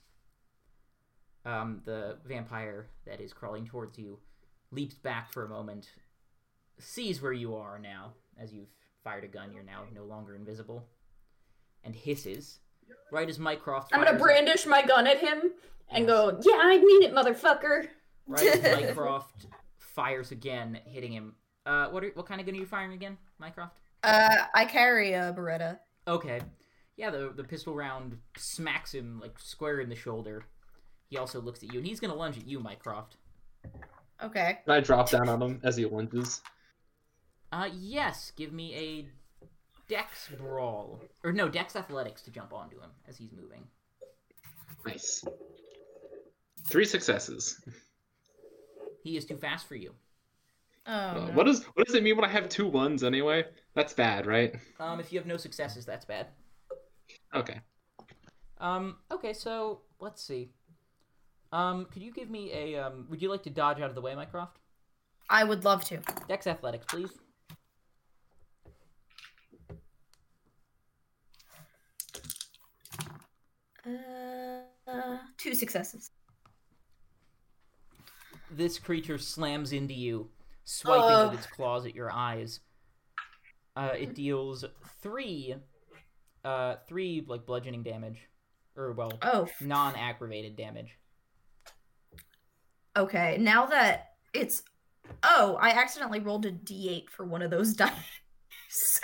A: Um, the vampire that is crawling towards you leaps back for a moment, sees where you are now. As you've fired a gun, you're now no longer invisible, and hisses. Right as Mycroft,
B: I'm gonna
A: fires-
B: brandish my gun at him and
A: Yes.
B: go, yeah, I mean it, motherfucker.
A: Right as Mycroft fires again, hitting him. Uh, what are, what kind of gun are you firing again, Mycroft?
E: Uh, I carry a Beretta.
A: Okay, yeah, the the pistol round smacks him like square in the shoulder. He also looks at you, and he's gonna lunge at you, Mycroft.
E: Okay.
F: Can I drop down on him as he lunges?
A: Uh, yes, give me a Dex brawl, or no, Dex athletics to jump onto him as he's moving.
F: Nice. Three successes.
A: He is too fast for you.
E: Oh,
F: Uh,
A: Um,
E: no.
F: what does what does it mean when I have two ones anyway? That's bad, right?
A: Um, if you have no successes, that's bad.
F: Okay.
A: Um, okay, so let's see. Um, could you give me a um? Would you like to dodge out of the way, Mycroft?
E: I would love to.
A: Dex athletics, please.
E: Uh, two successes.
A: This creature slams into you, swiping
E: Ugh.
A: with its claws at your eyes. Uh, it deals three, uh, three like bludgeoning damage, or well,
E: Oh, f-
A: non-aggravated damage.
E: okay. Now that it's oh, I accidentally rolled a d8 for one of those dice.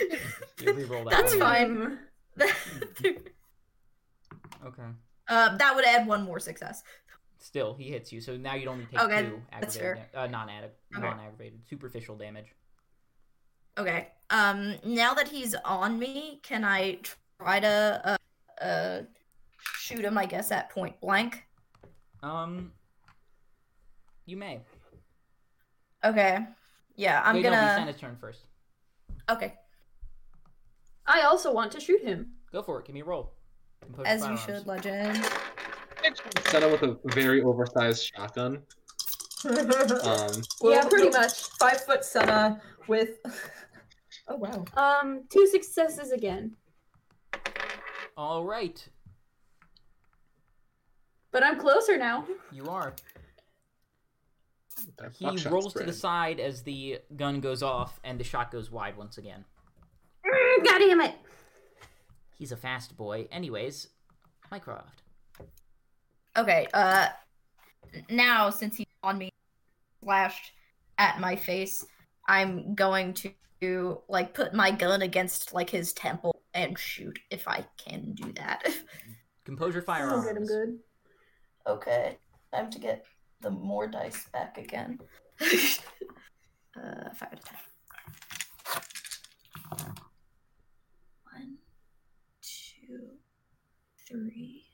A: You reroll that.
E: That's
A: one.
E: fine.
A: Okay.
E: uh, that would add one more success.
A: Still, he hits you, so now you'd only take
E: Okay,
A: two
E: that's
A: aggravated, da- uh, non-aggravated,
E: Okay.
A: non-aggravated, superficial damage.
E: Okay. Um. Now that he's on me, can I try to uh, uh shoot him? I guess at point blank.
A: Um, you may.
E: Okay. Yeah, I'm
A: Wait, no,
E: gonna.
A: Luciana's turn first.
E: Okay,
B: I also want to shoot him.
A: Go for it. Give me a roll. Composed
E: as you
A: firearms.
E: should, legend.
F: Senna with a very oversized shotgun. Um,
B: yeah, pretty much.
C: Five foot Senna with. Oh wow.
B: Um, two successes again.
A: All right,
B: But I'm closer now.
A: you are.
F: that
A: He
F: buckshot
A: rolls to
F: spread.
A: the side as the gun goes off and the shot goes wide once again.
B: God damn Mm, it.
A: He's a fast boy. Anyways, Mycroft.
E: Okay. Uh, now since he's on me, slashed at my face, I'm going to like put my gun against like his temple and shoot if I can do that.
A: Composure
B: I'm
A: firearms.
B: good, I'm good.
E: okay, time to get the more dice back again. uh, five out of ten. One, two, three.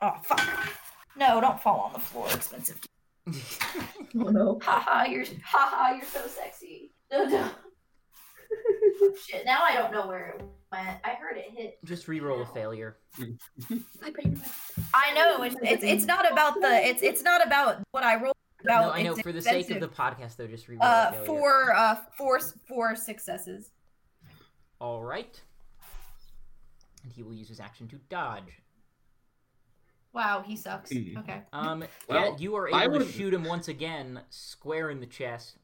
E: Oh fuck! No, don't fall on the floor. Expensive.
C: Oh, no.
E: Haha, you're haha, you're so sexy. No, no. Shit, now I don't know where it went. I heard it hit.
A: Just re-roll a failure.
B: My brain went.
E: I know it's, it's it's not about the it's it's not about what I rolled. it's About
A: no, I know.
E: it's
A: For the sake of the
E: expensive.
A: podcast, though, just re-roll a
E: uh
A: failure.
E: four uh four four successes.
A: All right. And he will use his action to dodge.
E: Wow, he sucks.
F: Hmm.
E: Okay.
A: Um, yeah,
F: Well,
A: you are
F: I
A: able to
F: would've-
A: shoot him once again, square in the chest,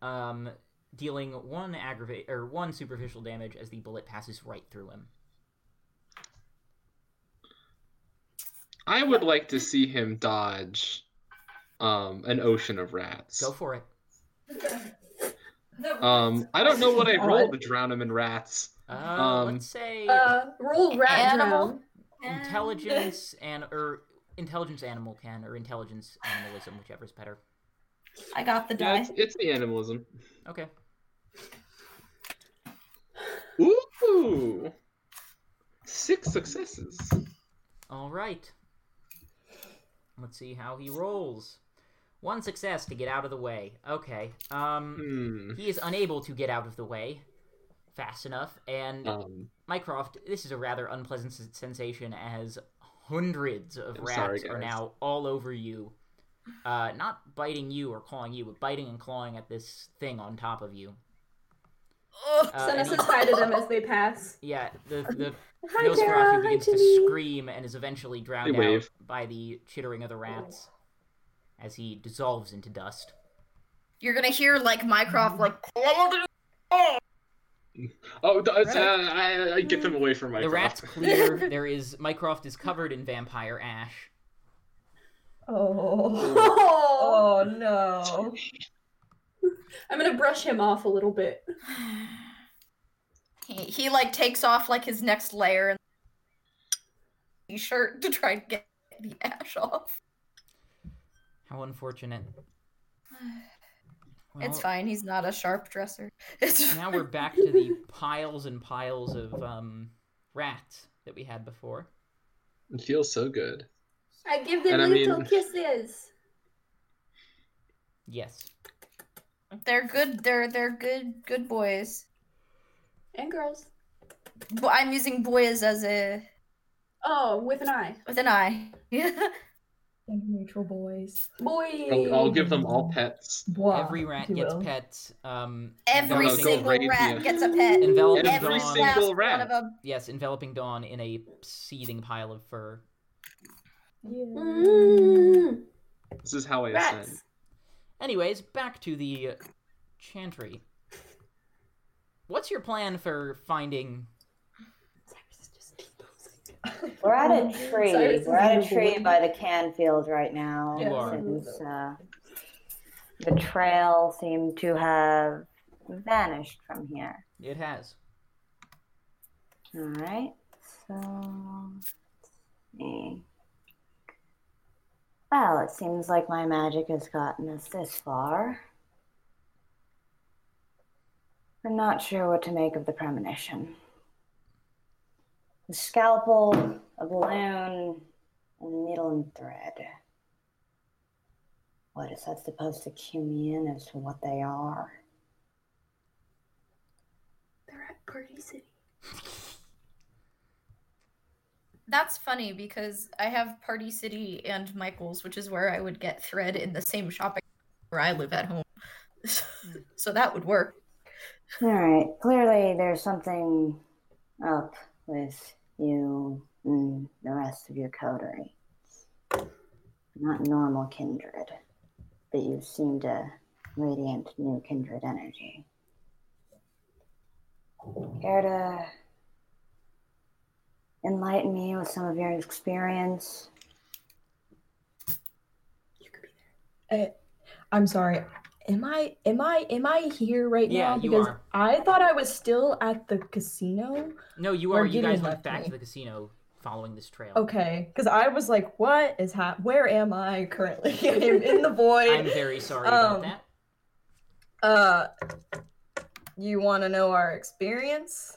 A: um, dealing one aggravate or one superficial damage as the bullet passes right through him.
F: I would like to see him dodge um, an ocean of rats.
A: Go for it.
F: Um, I don't know what I
C: God.
F: rolled to drown him in rats.
A: Uh,
F: Um,
A: let's say
B: Uh, roll rat
E: Animal.
B: drown.
A: intelligence and or intelligence animal can or intelligence animalism, whichever's better.
E: I got the
F: Yeah,
E: die.
F: it's, it's the animalism.
A: Okay.
F: Ooh, six successes.
A: All right. Let's see how he rolls. One success to get out of the way. Okay. Um.
F: Hmm.
A: He is unable to get out of the way fast enough, and
F: Um,
A: Mycroft, this is a rather unpleasant s- sensation as hundreds of
F: I'm
A: rats
F: sorry,
A: are
F: guys.
A: now all over you. Uh, not biting you or clawing you, but biting and clawing at this thing on top of you.
E: Ugh.
A: Uh,
B: Send
A: and
B: us says hi to them as they pass.
A: Yeah, the the
B: Um, Hi,
A: Nosferatu
B: Kara. Hi,
A: begins
B: Timmy.
A: to scream and is eventually drowned
F: They wave.
A: out by the chittering of the rats as he dissolves into dust.
E: You're gonna hear like Mycroft like
F: oh, th- uh, I, I get them away from my.
A: The rats clear. there is Mycroft is covered in vampire ash.
C: Oh.
B: Oh,
C: Oh no.
B: I'm gonna brush him off a little bit.
E: he, he like takes off like his next layer and t-shirt to try and get the ash off.
A: How unfortunate.
E: it's
A: Well,
E: fine. He's not a sharp dresser. It's
A: now we're back to the piles and piles of um, rats that we had before.
F: It feels so good.
B: I give
F: them And I little mean-
B: kisses.
A: Yes.
E: they're good. They're they're good good boys.
B: And girls.
E: Bo- I'm using boys as a
B: Oh, with an eye.
E: with an eye.
C: Neutral boys.
F: I'll,
C: Boys.
F: I'll give them all pets.
C: Bois,
A: Every rat
C: if you
A: gets
C: will.
A: pets. Um, enveloping-
E: Every
F: no, go
E: single
F: raid
E: rat
F: the-
E: gets a pet.
A: Enveloping
E: Every
A: Dawn.
F: single
E: last
F: rat.
E: one of them.
A: Yes, enveloping Dawn in a seething pile of fur.
B: Mm.
F: This is how I ascend.
B: Rats.
A: Anyways, back to the chantry. What's your plan for finding?
B: Cyrus, just keep posing.
D: We're at
C: Mm-hmm.
D: a tree.
C: Cyrus is
D: We're at
C: number
D: a tree
C: one.
D: by the can field right now.
A: You are.
D: since, uh, the trail seemed to have vanished from here.
A: It has.
D: All right. So, let's see. Well, it seems like my magic has gotten us this far. I'm not sure what to make of the premonition. The scalpel, a balloon, and needle and thread. What is that supposed to cue me in as to what they are?
B: They're at Party City.
E: That's funny because I have Party City and Michaels, which is where I would get thread in the same shopping where I live at home. so that would work.
D: All right. Clearly, there's something up with you and the rest of your coterie. Not normal kindred, but you seem to radiant new kindred energy. Care to enlighten me with some of your experience?
B: You could be there.
C: Eh, I'm sorry. Am I am I am I here right
A: Yeah,
C: now?
A: you
C: Because
A: are.
C: I thought I was still at the casino.
A: No, you
C: Or
A: are. You
C: Gideon
A: guys went
C: left
A: back
C: me.
A: to the casino following this trail.
C: Okay, because I was like, what is hap Where am I currently? I am in the
A: I'm
C: void.
A: very sorry
C: Um,
A: about that.
C: Uh, you want to know our experience?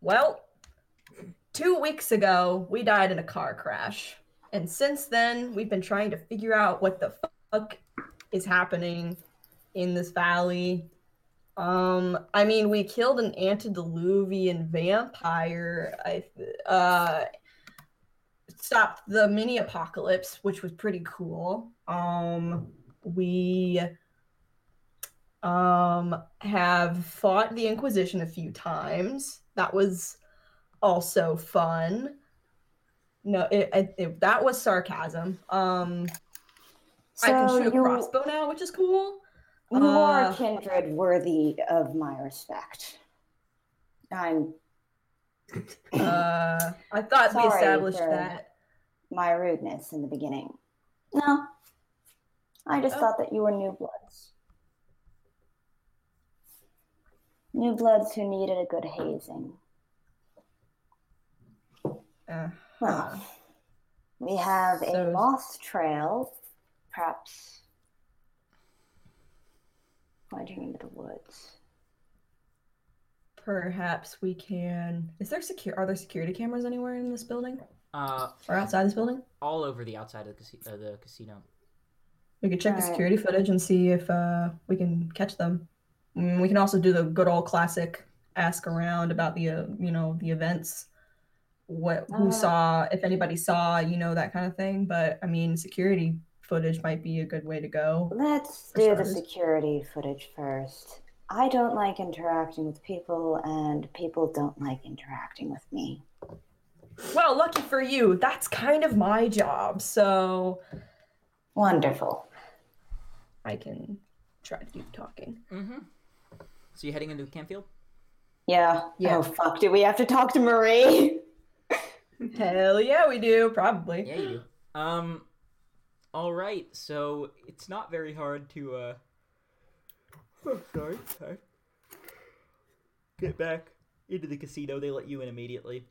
C: Well, two weeks ago we died in a car crash, and since then we've been trying to figure out what the fuck is happening in this valley. Um, I mean, we killed an antediluvian vampire. I uh stopped the mini apocalypse, which was pretty cool. Um, we um have fought the Inquisition a few times. That was also fun. No, it, it, it- that was sarcasm. Um, I can
D: So
C: shoot a
D: you-
C: crossbow now, which is cool.
D: You are
C: Uh,
D: kindred worthy of my respect. I'm
C: Uh, I thought we
D: Sorry
C: established
D: for-
C: that.
D: my rudeness in the beginning. No. I just
C: Oh.
D: thought that you were new bloods. New bloods who needed a good hazing.
C: Uh,
D: Well, we have
C: So-
D: a moth trail, perhaps pointing into the woods.
C: perhaps we can. Is there secure? Are there security cameras anywhere in this building
A: Uh,
C: or outside this building?
A: all over the outside of the, casi- uh, the casino.
C: We could check the
D: Alright.
C: security footage and see if uh, we can catch them. Mm, we can also do the good old classic ask around about the uh, you know the events, what who
D: Uh.
C: saw, if anybody saw, you know that kind of thing. But I mean, security footage might be a good way to go.
D: Let's
C: For
D: do the
C: starters.
D: security footage first. I don't like interacting with people, and people don't like interacting with me.
C: Well, lucky for you, that's kind of my job, so
D: Wonderful.
C: I can try to keep talking.
A: Mm-hmm. So you heading into the campfield?
D: Yeah.
C: Yeah.
D: Oh fuck! Do we have to talk to Marie?
C: Hell yeah, we do probably.
A: Yeah, you do. Um, all right. So it's not very hard to uh. Oh, sorry, sorry. Get back into the casino. They let you in immediately.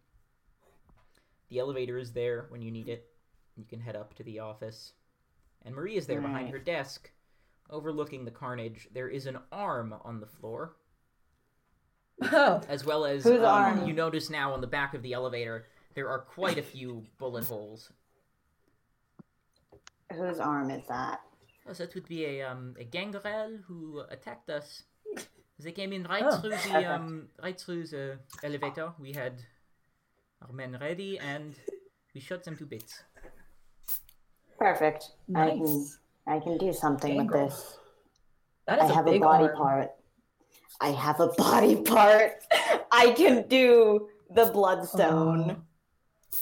A: The elevator is there when you need it. You can head up to the office, and Marie is there behind
D: Right.
A: her desk, overlooking the carnage. There is an arm on the floor,
C: Oh,
A: as well as
D: Whose
A: um,
D: arm?
A: you notice now on the back of the elevator. There are quite a few bullet holes
D: Whose arm is that?
A: Oh, that would be a um a gangrel who attacked us. They came in right
C: Oh,
A: through
D: perfect.
A: the um right through the elevator. We had our men ready, and We shut them to bits.
D: Perfect. I can
C: Nice.
D: I can do something with
C: Dangle.
D: this.
C: That
D: I
C: is a
D: have a
C: big
D: body
C: arm.
D: part. I have a body part. I can do the bloodstone.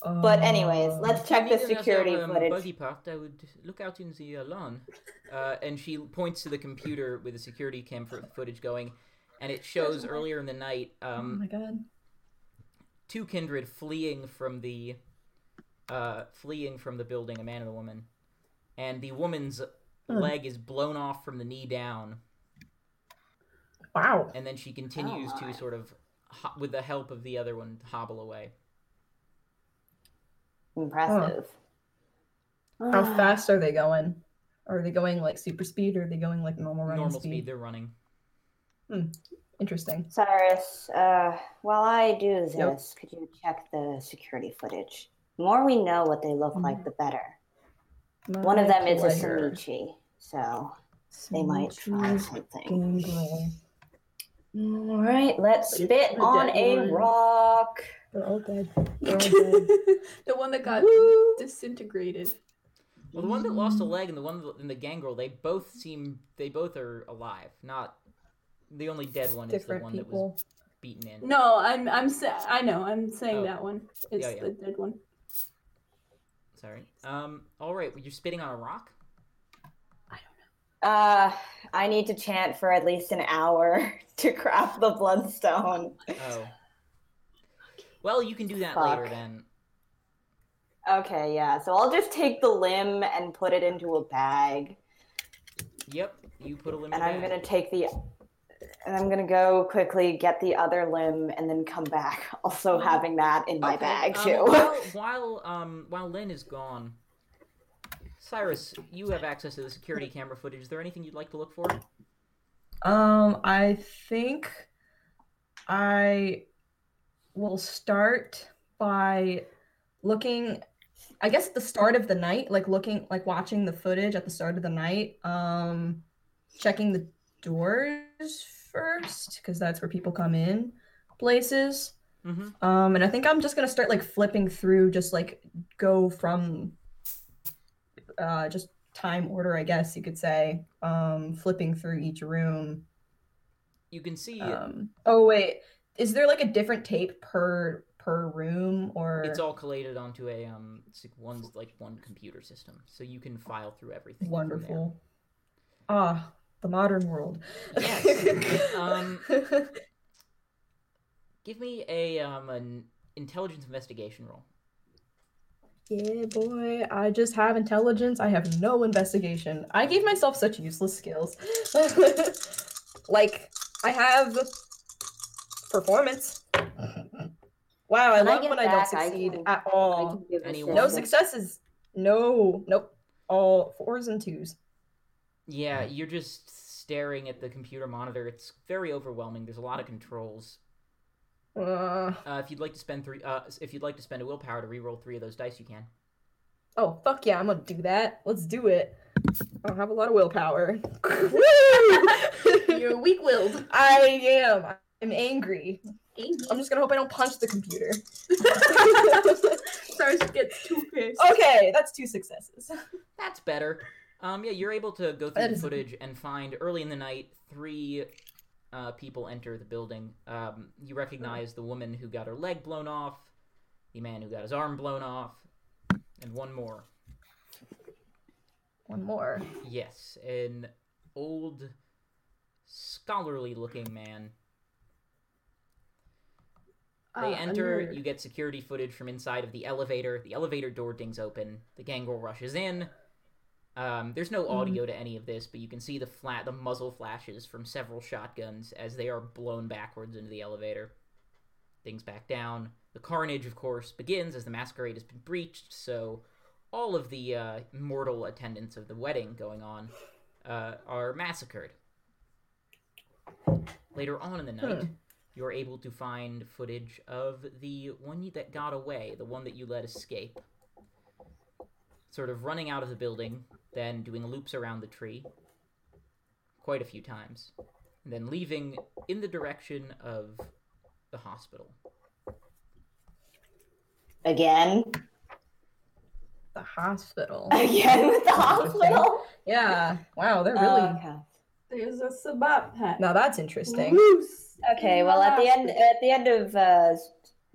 C: Oh.
D: But anyways,
C: Oh.
D: let's check the
A: If you need
D: security
A: another, um,
D: footage.
A: Body part. I would look out in the uh, lawn, uh, and she points to the computer with the security cam for footage going, and it shows earlier in the night
C: Oh
A: um,
C: my god.
A: two kindred fleeing from the uh, fleeing from the building, a man and a woman, and the woman's
C: Hmm.
A: leg is blown off from the knee down,
C: Wow.
A: and then she continues
D: my.
A: to sort of, ho- with the help of the other one, hobble away.
D: Impressive.
C: How
D: Ah,
C: fast are they going? Are they going like super speed or are they going like normal running
A: Normal
C: speed?
A: speed, they're running.
C: Interesting.
D: Cyrus, uh, while I do this,
C: Yep.
D: could you check the security footage? The more we know what they
C: Mm-hmm.
D: look like, the better. One of them is a Samichi, so they might find something. All right, let's
C: But it's
D: spit
C: the
D: on
C: dead
D: a
C: one.
D: rock.
C: They're all dead. They're all dead.
B: the one that got
C: Woo!
B: disintegrated.
A: Well, the one that lost a leg and the one that- in the gangrel, they both seem they both are alive. Not the only dead one is the
C: Different
A: one that was
C: people.
A: beaten in.
B: No, I'm I'm sa- I know I'm saying
A: Oh.
B: that one. It's
A: Yeah, yeah.
B: the dead one.
A: Sorry. Um. All right. You're spitting on a rock.
D: Uh, I need to chant for at least an hour to craft the bloodstone.
A: Oh. Well, you can do that
D: Fuck.
A: later then.
D: Okay, yeah. So I'll just take the limb and put it into a bag,
A: Yep. You put a limit.
D: and I'm gonna take the, and I'm gonna go quickly get the other limb and then come back. Also having that in my bag
A: um,
D: too.
A: while, while um while Lynn is gone, Cyrus, you have access to the security camera footage. Is there anything you'd like to look for?
C: Um, I think I will start by looking, I guess, at the start of the night, like looking, like watching the footage at the start of the night, um, checking the doors first, because that's where people come in places.
A: Mm-hmm.
C: Um, and I think I'm just gonna start like flipping through, just like go from uh just time order, I guess you could say. Um, flipping through each room.
A: You can see
C: Um, oh wait, is there like a different tape per per room or
A: it's all collated onto a um it's like one's like one computer system, so you can file through everything. from there.
C: wonderful? Ah, the modern world.
A: Yes. Um, Give me a um an intelligence investigation roll.
C: Yeah, boy, I just have intelligence. I have no investigation. I gave myself such useless skills. like, I have performance. Wow, I
D: When I
C: love
D: get
C: when I don't
D: back, I
C: succeed
D: can-
C: at
D: I
C: all.
D: can give this
A: Anyone.
D: a
C: No
D: shot.
C: successes. No, nope. All fours and twos.
A: Yeah, you're just staring at the computer monitor. It's very overwhelming. There's a lot of controls.
C: Uh,
A: Uh, if you'd like to spend three, uh, if you'd like to spend a willpower to reroll three of those dice, you can.
C: oh, fuck yeah, I'm gonna do that. Let's do it. I don't have a lot of willpower. Woo!
B: You're weak willed.
C: I am. I'm angry. I'm just gonna hope I don't punch the computer.
B: Sorry, she gets too pissed.
C: okay, that's two successes.
A: That's better. Um, yeah, you're able to go through
C: That
A: the
C: is-
A: footage and find early in the night three uh, people enter the building. Um, you recognize the woman who got her leg blown off, the man who got his arm blown off, and one more.
C: One more.
A: Yes, an old, scholarly-looking man. They
C: Ah,
B: Uh,
A: enter,
B: another-
A: you get security footage from inside of the elevator. The elevator door dings open. The gangrel rushes in. Um, there's no audio to any of this, but you can see the flat the muzzle flashes from several shotguns as they are blown backwards into the elevator. Things back down. The carnage, of course, begins as the masquerade has been breached, so all of the uh, mortal attendants of the wedding going on uh, are massacred. Later on in the night, you're able to find footage of the one you- that got away, the one that you let escape. Sort of running out of the building, then doing loops around the tree quite a few times, and then leaving in the direction of the hospital.
D: again.
C: the hospital.
D: Again with the hospital?
C: Yeah. Wow, they're really.
B: Uh,
D: Okay.
B: There's a sabbat pet.
C: Now that's interesting.
B: Loose
D: Okay,
B: in
D: well, at the end,
B: hospital.
D: at the end of uh,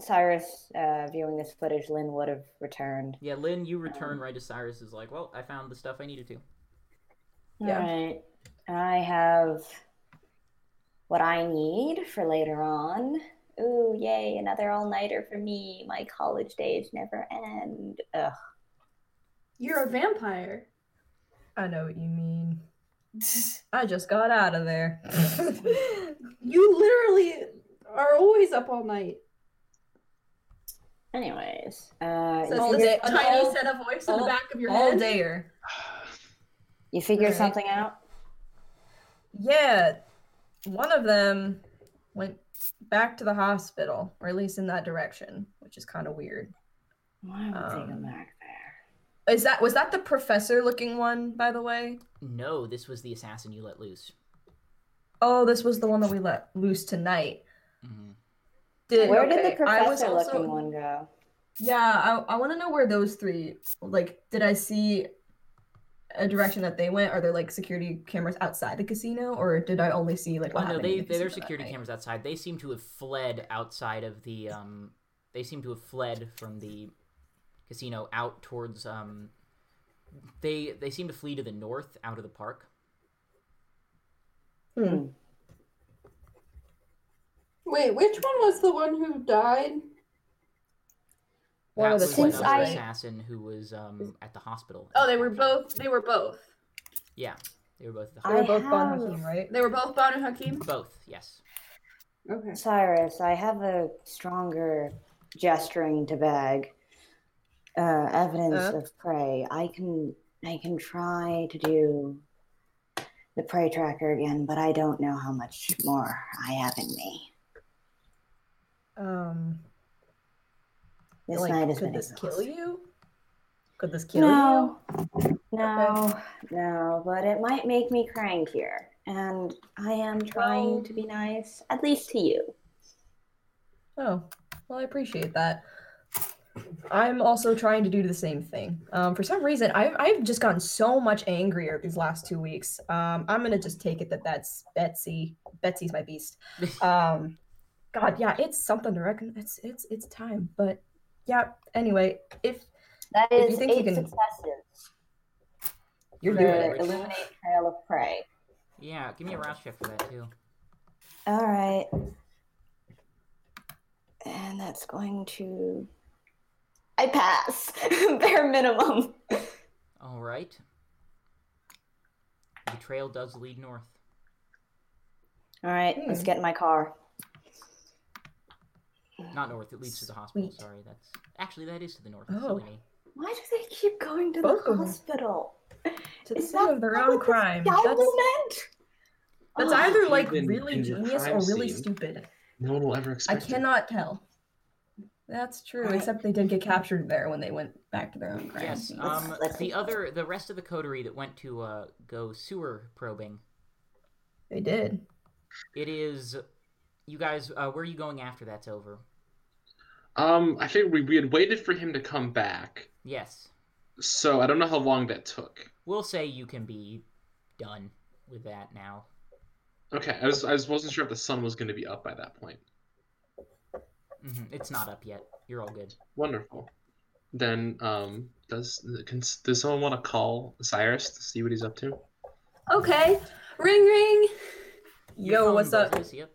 D: Cyrus uh, viewing this footage, Lynn would have returned.
A: Yeah, Lynn, you return right as Cyrus is like, well, I found the stuff I needed to.
C: Yeah.
D: All right, I have what I need for later on. Ooh, yay! Another all-nighter for me. My college days never end. Ugh.
B: You're a vampire.
C: I know what you mean. I just got out of there.
B: You literally are always up all night.
D: Anyways, uh,
B: Says
D: you,
C: all
B: this
D: figure,
C: day-
B: tiny
C: all-
B: set of voice in
C: all-
B: the back of your
C: All
B: head.
C: dayer.
D: you figure
C: Alright.
D: something out.
C: Yeah, one of them went back to the hospital, or at least in that direction, which is kind of weird.
D: Why would they go
C: Um,
D: back there?
C: Is that was that the professor looking one, by the way?
A: No, this was the assassin you let loose.
C: Oh, this was the one that we let loose tonight.
A: hmm
C: Did,
D: Where did
C: okay,
D: the
C: I was
D: professor-looking
C: also-
D: one go?
C: Yeah, I, I want to know where those three like. Did I see a direction that they went? Are there like security cameras outside the casino, or did I only see like? What
A: Oh, no,
C: happened in
A: they,
C: the
A: they their
C: casino that
A: security
C: night?
A: cameras outside. They seem to have fled outside of the um they seem to have fled from the casino out towards um they they seem to flee to the north out of the park.
C: Hmm.
B: Wait, which one was the one who died?
C: One
A: that
C: of the
A: was
D: Since
A: another
D: I-
A: assassin who was um at the hospital.
B: Oh, they were both. They were both.
A: Yeah. They were both at the
D: I-
C: They were both Bon
D: have-
C: Joon, right?
B: They were both Bon and Hakim.
A: both, yes.
B: Okay.
D: Cyrus, I have a stronger gesturing to bag uh, evidence
C: Uh?
D: of prey. I can I can try to do the prey tracker again, but I don't know how much more I have in me.
C: Um,
D: This
C: like,
D: night has
C: could
D: been
C: this kill
D: exhausting.
C: you? Could this kill
D: no, no, no. But it might make me crankier, and I am trying
C: Well-
D: to be nice, at least to you.
C: you? Oh, well, I appreciate that. I'm also trying to do the same thing. Um, for some reason, I've, I've just gotten so much angrier these last two weeks. Um, I'm gonna just take it that that's Betsy. Betsy's my beast. Um, God, yeah, it's something to reckon. It's it's it's time. But yeah. Anyway, if
D: That
C: If you
D: is
C: think you
D: eight
C: can-
D: successes
C: you're doing
D: for
C: it,
D: illuminate trail of prey.
A: Yeah, give me a rouse check for that too.
D: All right. And that's going to. I pass. Bare minimum.
A: All right. The trail does lead north.
D: All right, let's
C: Hmm.
D: get in my car.
A: Not north, it leads to the hospital.
C: Sweet.
A: Sorry, that's actually that is to the north.
C: Oh.
A: Silly me.
D: Why do they keep going to
C: Both
D: the
C: of them.
D: hospital?
C: to the
D: Is
C: scene
D: that
C: of their
D: what
C: own
D: this
C: crime. That's
D: Dial meant?
C: that's
D: Oh,
C: either
F: Even
C: like
F: in
C: really
F: the
C: genius
F: crime
C: or really
F: scene.
C: stupid.
F: No one will ever
C: I
F: expect. it.
C: cannot tell. That's true.
D: Alright.
C: Except they did get captured there when they went back to their own crime.
A: Yes.
D: Let's-
A: Um,
D: let's
A: the
D: see.
A: other, the rest of the coterie that went to uh, go sewer probing.
C: They did.
A: It is, you guys. Uh, where are you going after that's over?
F: Um, I figured we, we had waited for him to come back,
A: Yes.
F: so I don't know how long that took.
A: We'll say you can be done with that now.
F: Okay, I was I was wasn't sure if the sun was going to be up by that point.
A: hmm It's not up yet. You're all good.
F: Wonderful. Then, um, does can, does someone want to call Cyrus to see what he's up to?
B: Okay. Ring ring.
A: Your
C: Yo,
A: phone
C: what's up?
A: buzzes, yep.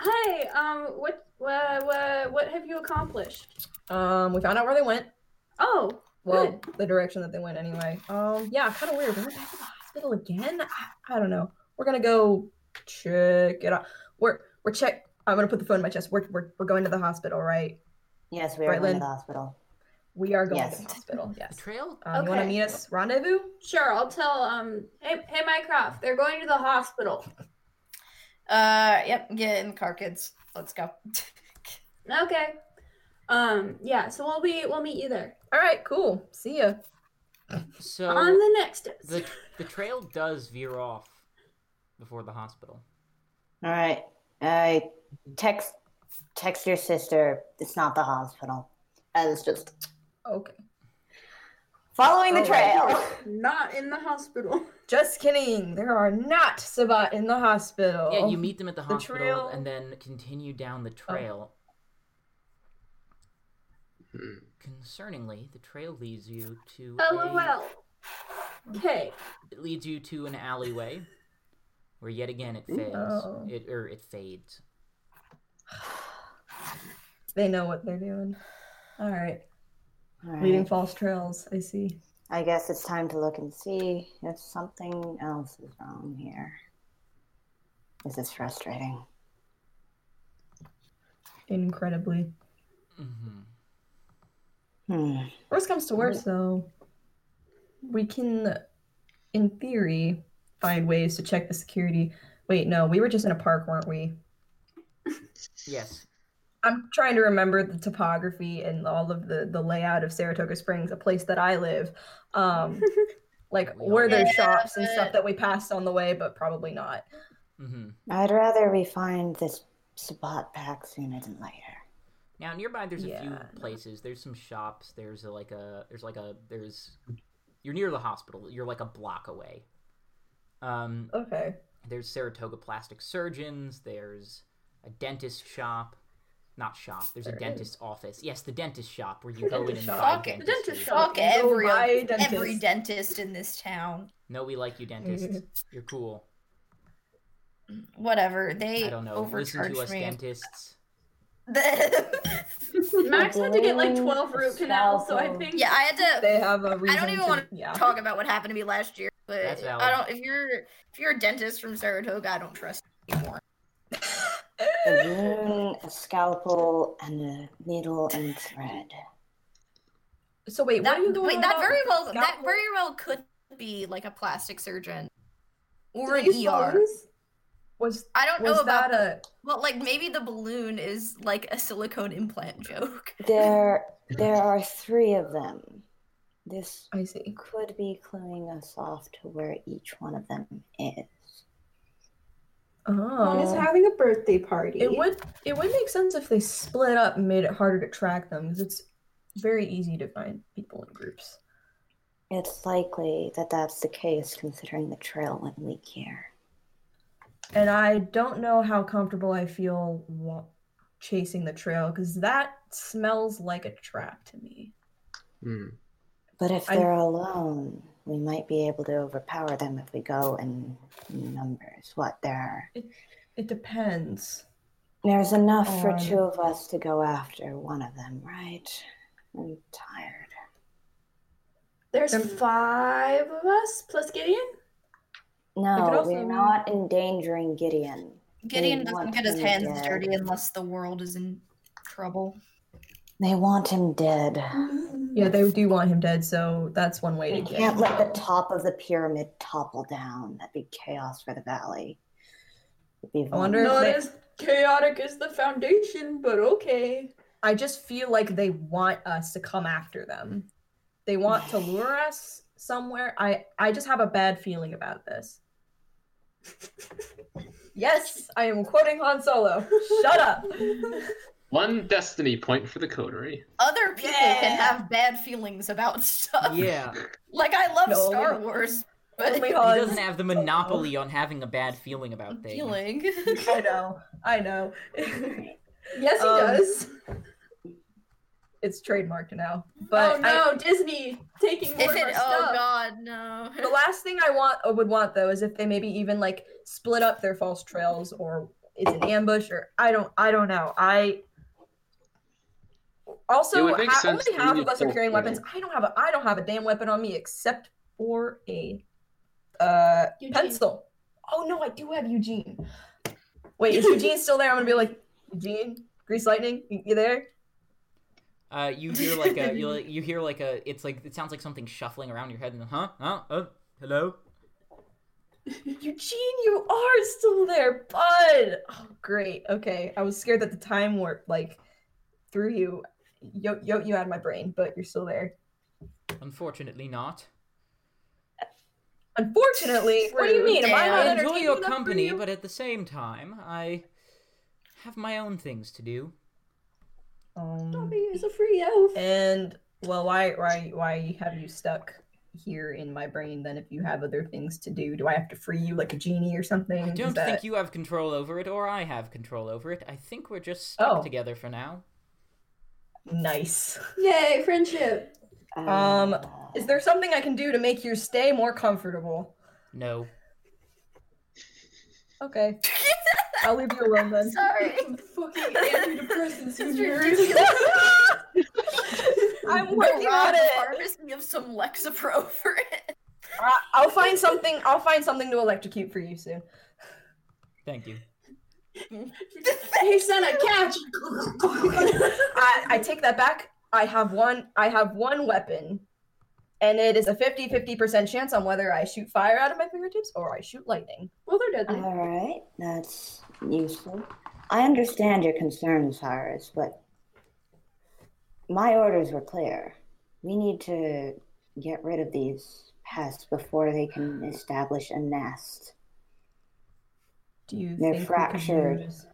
B: Hi. Um. What? Uh, what? What have you accomplished?
C: Um, we found out where they went.
B: Oh.
C: Well, the direction that they went anyway. Um, yeah, kind of weird. We went back to the hospital again. I, I don't know. We're gonna go check it out. We're we're check. I'm gonna put the phone in my chest. We're we're, we're going to the hospital, right?
D: Yes, we are
C: Right,
D: going
C: Lynn?
D: to the hospital.
C: We are going to
D: Yes.
C: the hospital.
A: The
C: Yes.
A: trail.
C: Um, You want
B: Okay.
C: to meet us rendezvous?
B: Sure. I'll tell. Um. Hey. Hey, Mycroft. They're going to the hospital.
E: Uh, yep. Get in the car, kids. Let's go.
B: Okay. Um. Yeah. So we'll be. We'll meet you there
C: All right. Cool. See ya.
A: So
B: on the next.
A: the the trail does veer off before the hospital.
D: All right. I text text your sister. It's not the hospital. I was just
C: Okay.
D: Following the
C: Oh,
D: trail.
B: Not in the hospital.
C: Just kidding. There are not Sabat in the hospital.
A: Yeah, you meet them at the hospital
C: Oh, trail- Oh.
A: and then continue down the trail.
F: Hmm.
A: Concerningly, the trail leads you to a-
B: LOL. Okay.
A: it leads you to an alleyway where yet again it fades.
C: Oh.
A: It or it fades.
C: They know what they're doing. All right.
D: All right.
C: Leading false trails. I see.
D: I guess it's time to look and see if something else is wrong here. This is frustrating.
C: Incredibly.
A: Mm-hmm.
D: Hmm.
C: Worst comes to worst, though, we can, in theory, find ways to check the security. Wait, no, we were just in a park, weren't we?
A: Yes.
C: I'm trying to remember the topography and all of the the layout of Saratoga Springs, a place that I live. Um, like
A: We all
C: were there
E: live.
C: shops and stuff that we passed on the way, but probably not.
A: Mm-hmm.
D: I'd rather we find this spot back sooner than later.
A: Now nearby, there's a
C: Yeah,
A: few places. There's some shops. There's a, like a. There's like a. There's. You're near the hospital. You're like a block away. Um,
C: Okay.
A: there's Saratoga Plastic Surgeons. There's a dentist shop. Not shop. There's
C: There
A: a
C: is.
A: dentist's office. Yes, the dentist shop where you go in
C: Dentist
A: and
C: shop.
A: buy
E: Fuck it,
A: dentist
B: dentist
A: food.
B: shop.
E: Fuck every
C: Go by
E: every dentist in this town.
A: No, we like you, dentist. You're cool.
E: Whatever they
A: I don't know. Listen
E: overcharged
A: to us,
E: me.
A: dentists.
B: Max had to get like
D: Boing,
B: 12 root canals, so I think
E: yeah, I had to
C: They have a reason.
E: even
C: to-
E: wanna
C: yeah.
E: talk about what happened to me last year, but
A: That's valid.
E: I don't. If you're if you're a dentist from Saratoga, I don't trust you anymore.
D: A balloon, a scalpel, and a needle and thread.
C: So wait,
E: That,
C: what are you going
E: wait,
C: on
E: that
C: about?
E: very well that
C: Scalpel?
E: very well could be like a plastic surgeon
B: Do
E: or
B: they
E: an
B: use
E: ER.
B: balloons?
C: was
E: I don't know
C: was
E: about
C: that
E: that.
C: a
E: Well, like maybe the balloon is like a silicone implant joke.
D: There, there are three of them. This
C: I see.
D: could be cluing us off to where each one of them is.
C: Oh,
B: One is having a birthday party.
C: It would it would make sense if they split up and made it harder to track them because it's very easy to find people in groups.
D: It's likely that that's the case, considering the trail went weak here.
C: And I don't know how comfortable I feel wa- chasing the trail because that smells like a trap to me.
F: Hmm.
D: But if
C: I-
D: they're alone, we might be able to overpower them if we go in numbers. What there are.
C: It depends.
D: There's enough for
C: Um,
D: two of us to go after one of them, right? I'm tired.
B: There's
C: Them-
B: five of us plus Gideon.
D: No,
C: also
D: we're
C: mean-
D: not endangering Gideon.
C: Oh
E: Gideon doesn't
D: want
E: get his
D: him
E: hands
D: dead.
E: dirty unless the world is in trouble.
D: They want him dead.
C: Yeah, they do want him dead, so that's one way to
D: We
C: get
D: can't
C: him
D: let the
C: out.
D: top of the pyramid topple down. That'd be chaos for the valley. It'd be
C: I wonder if
B: Not
C: they-
B: as chaotic as the foundation, but okay.
C: I just feel like they want us to come after them. They want to lure us somewhere. I I just have a bad feeling about this. yes, I am quoting Han Solo. Shut up.
F: One destiny point for the coterie.
E: Other people
C: Yeah.
E: can have bad feelings about stuff.
A: Yeah.
E: Like I love
C: No,
E: Star
C: only-
E: Wars, but
C: Only
A: He
C: Han-
A: doesn't have the monopoly on having a bad feeling about things.
E: feeling.
C: I know. I know.
B: Yes, he
C: Um,
B: does.
C: it's trademarked now. But
B: oh
C: I-
B: no, Disney taking more
E: if
B: of our
E: it, oh
B: stuff.
E: god, no.
C: the last thing I want uh, would want though is if they maybe even like split up their false trails or it's an ambush or I don't I don't know. I
F: It
C: also
F: would make
C: ha-
F: sense
C: only
F: to
C: half
F: leave
C: of us are
F: both
C: carrying
F: of them.
C: weapons. I don't have a I don't have a damn weapon on me except for a uh
B: Eugene.
C: pencil. Oh no, I do have Eugene. Wait, is Eugene still there? I'm gonna be like Eugene, Grease Lightning, you, you there?
A: Uh, you hear like a you, you hear like a it's like it sounds like something shuffling around your head and then, huh huh oh hello
C: Eugene, you are still there, bud. Oh, great. Okay, I was scared that the time warp like threw you, yo, yo, you out of my brain, but you're still there.
A: unfortunately not
C: Unfortunately, what do you mean? Am I
E: Damn.
C: not
A: I enjoy
C: entertaining
A: your
C: enough for
A: company
C: you?
A: but at the same time I have my own things to do
C: Um,
B: Dobby is a free elf.
C: and Well, why, why, why have you stuck here in my brain? Then, if you have other things to do, do I have to free you like a genie or something?
A: I
C: Is
A: don't
C: that-
A: think you have control over it, or I have control over it. I think we're just stuck
C: Oh.
A: together for now.
C: nice.
B: Yay, friendship.
C: Um, Is there something I can do to make your stay more comfortable?
A: No.
C: Okay, I'll leave you alone then.
E: Sorry.
B: Fucking antidepressants,
E: This is
B: you nerd.
E: ridiculous.
C: I'm
E: We're
C: working on it.
E: Harvest me of some Lexapro for it.
C: I- Uh, I'll find something. I'll find something to electrocute for you soon.
A: Thank you.
B: Hey, son, I catch.
C: I, I take that back. I have one I have one weapon. And it is a 50-50% chance on whether I shoot fire out of my fingertips or I shoot lightning.
B: well, they're deadly.
D: All right, that's useful. I understand your concerns, Cyrus, but my orders were clear. We need to get rid of these pests before they can establish a nest.
C: Do you
D: They're
C: think we can
D: fractured.
C: use-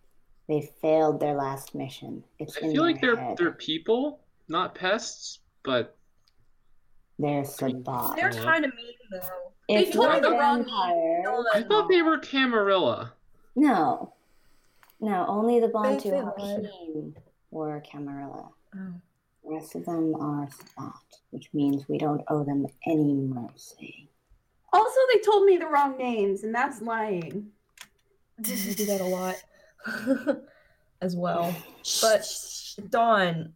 D: They failed their last mission. It's
F: I
D: in
F: feel like
D: their
F: they're
D: head.
F: they're people, not pests, but
D: They're Sabbat.
C: They're
F: Yeah.
C: kind of mean though.
D: If
B: They took
D: we're
B: the wrong
D: vampires-
F: I thought they were Camarilla.
D: No. No, only the Bantu
C: said that.
D: Hakim were Camarilla.
C: Oh.
D: The rest of them are Sabbat, which means we don't owe them any mercy.
B: Also, they told me the wrong names, and that's lying.
C: We do that a lot as well. But Dawn,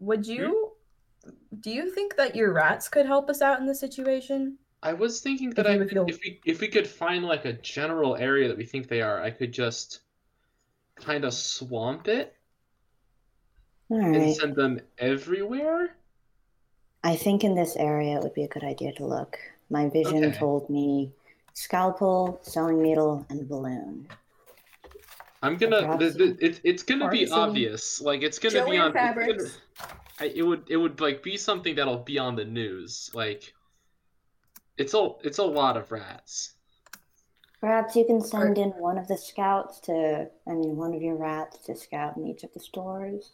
C: would you do you think that your rats could help us out in this situation?
F: I was thinking that
C: you
F: I
C: would
F: could,
C: feel-
F: if we if we could find like a general area that we think they are, I could just kind of swamp it
D: All
F: and
D: right.
F: send them everywhere.
D: I think in this area it would be a good idea to look. My vision
F: Okay.
D: told me scalpel, sewing needle, and balloon.
F: I'm gonna.
D: Perhaps-
F: Th- th- it, it's gonna be
C: Artsy.
F: obvious. Like it's gonna
B: Joey
F: be on.
B: and Fabrics.
F: it's gonna- I, it would. It would like be something that'll be on the news. Like it's a. It's a lot of rats.
D: Perhaps you can send in one of the scouts to, I mean, one of your rats to scout in each of the stores.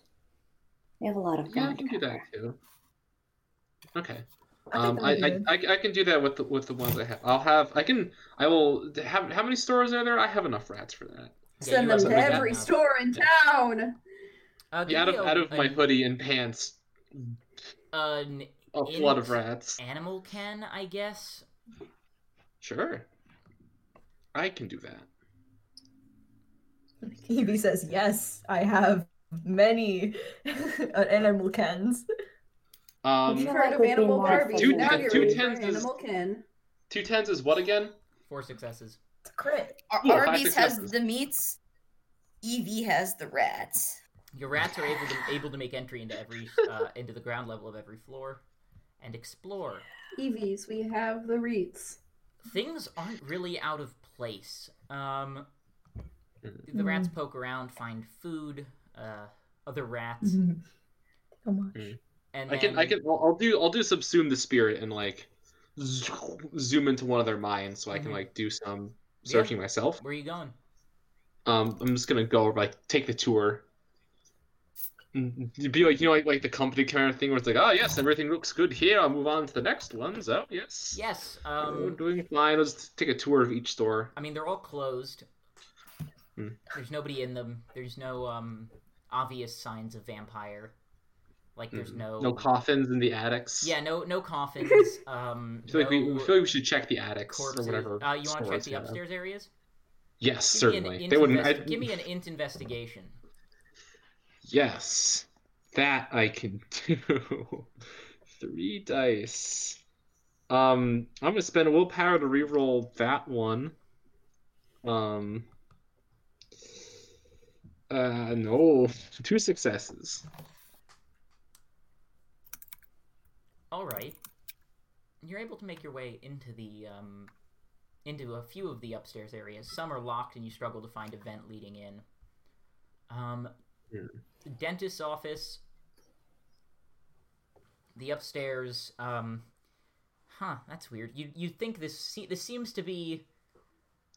D: We have a lot of
F: Yeah, I
D: ground
F: can
D: to
F: do that
D: cover.
F: too. Okay.
C: I think
F: Um,
C: that
F: I,
C: would be
F: I,
C: good.
F: I, I can do that with the, with the ones I have. I'll have I can I will have how many stores are there? I have enough rats for
A: Yeah,
F: that.
B: Send
A: you
B: them
A: have
B: to
F: something like that
B: every
A: now.
B: store in town.
A: Uh, give
F: Yeah, out
A: me
F: of
A: a-
F: out of my
A: an-
F: hoodie and pants,
A: an
F: a
A: In-
F: flood of rats.
A: animal ken, I guess.
F: Sure, I can do that.
C: Evie says, "Yes, I have many animal cans."
D: Would
F: Um,
D: you-
B: Heard
D: like
B: of
D: we'd be
B: animal
D: more
B: Harvey.
F: effective.
B: now
F: Two-
B: you're
F: two
B: ready for
F: tens is-
B: animal kin.
F: two tens is what again?
A: Four successes.
C: It's great.
E: Ar-
F: Ooh, five
E: Arby's has
F: successes.
E: the meats. Evie has the rats.
A: Your rats are able to able to make entry into every uh, into the ground level of every floor, and explore.
B: Eevees, we have the reeds.
A: Things aren't really out of place. Um,
B: Hmm.
A: the rats poke around, find food, uh, other rats,
B: Mm-hmm.
C: So much.
A: and
F: I can
A: then-
F: I can I'll, I'll do I'll do subsume the spirit and like zoom into one of their minds so I
E: Mm-hmm.
F: can
A: Mhm.
F: like do some
A: Yeah.
F: searching myself.
A: Where are you going?
F: Um, I'm just gonna go like take the tour. And Be like you know like, like the company kind of thing where it's like oh yes everything looks good here I'll move on to the next ones oh yes
A: Yes.
F: Oh,
A: Um,
F: doing fine let's take a tour of each store
A: I mean, they're all closed.
F: Hmm.
A: There's nobody in them. There's no um, obvious signs of vampire. Like there's
F: Mm.
A: no
F: no coffins in the attics
A: yeah no no coffins. um,
F: I feel like we, we
A: no
F: feel like we should check the attics
A: corpses.
F: or whatever
A: Uh, you want to check
F: stores
A: the
F: have.
A: upstairs areas?
F: yes
A: Give me an
F: certainly
A: int
F: they wouldn't I,
A: investi- Give me an int investigation.
F: yes that I can do three dice um I'm gonna spend willpower to reroll that one Um. Uh, no, two successes.
A: All right. You're able to make your way into the um, into a few of the upstairs areas. Some are locked, and you struggle to find a vent leading in. Um,
F: Hmm.
A: the dentist's office. The upstairs. Um, huh, that's weird. You you think this se- this seems to be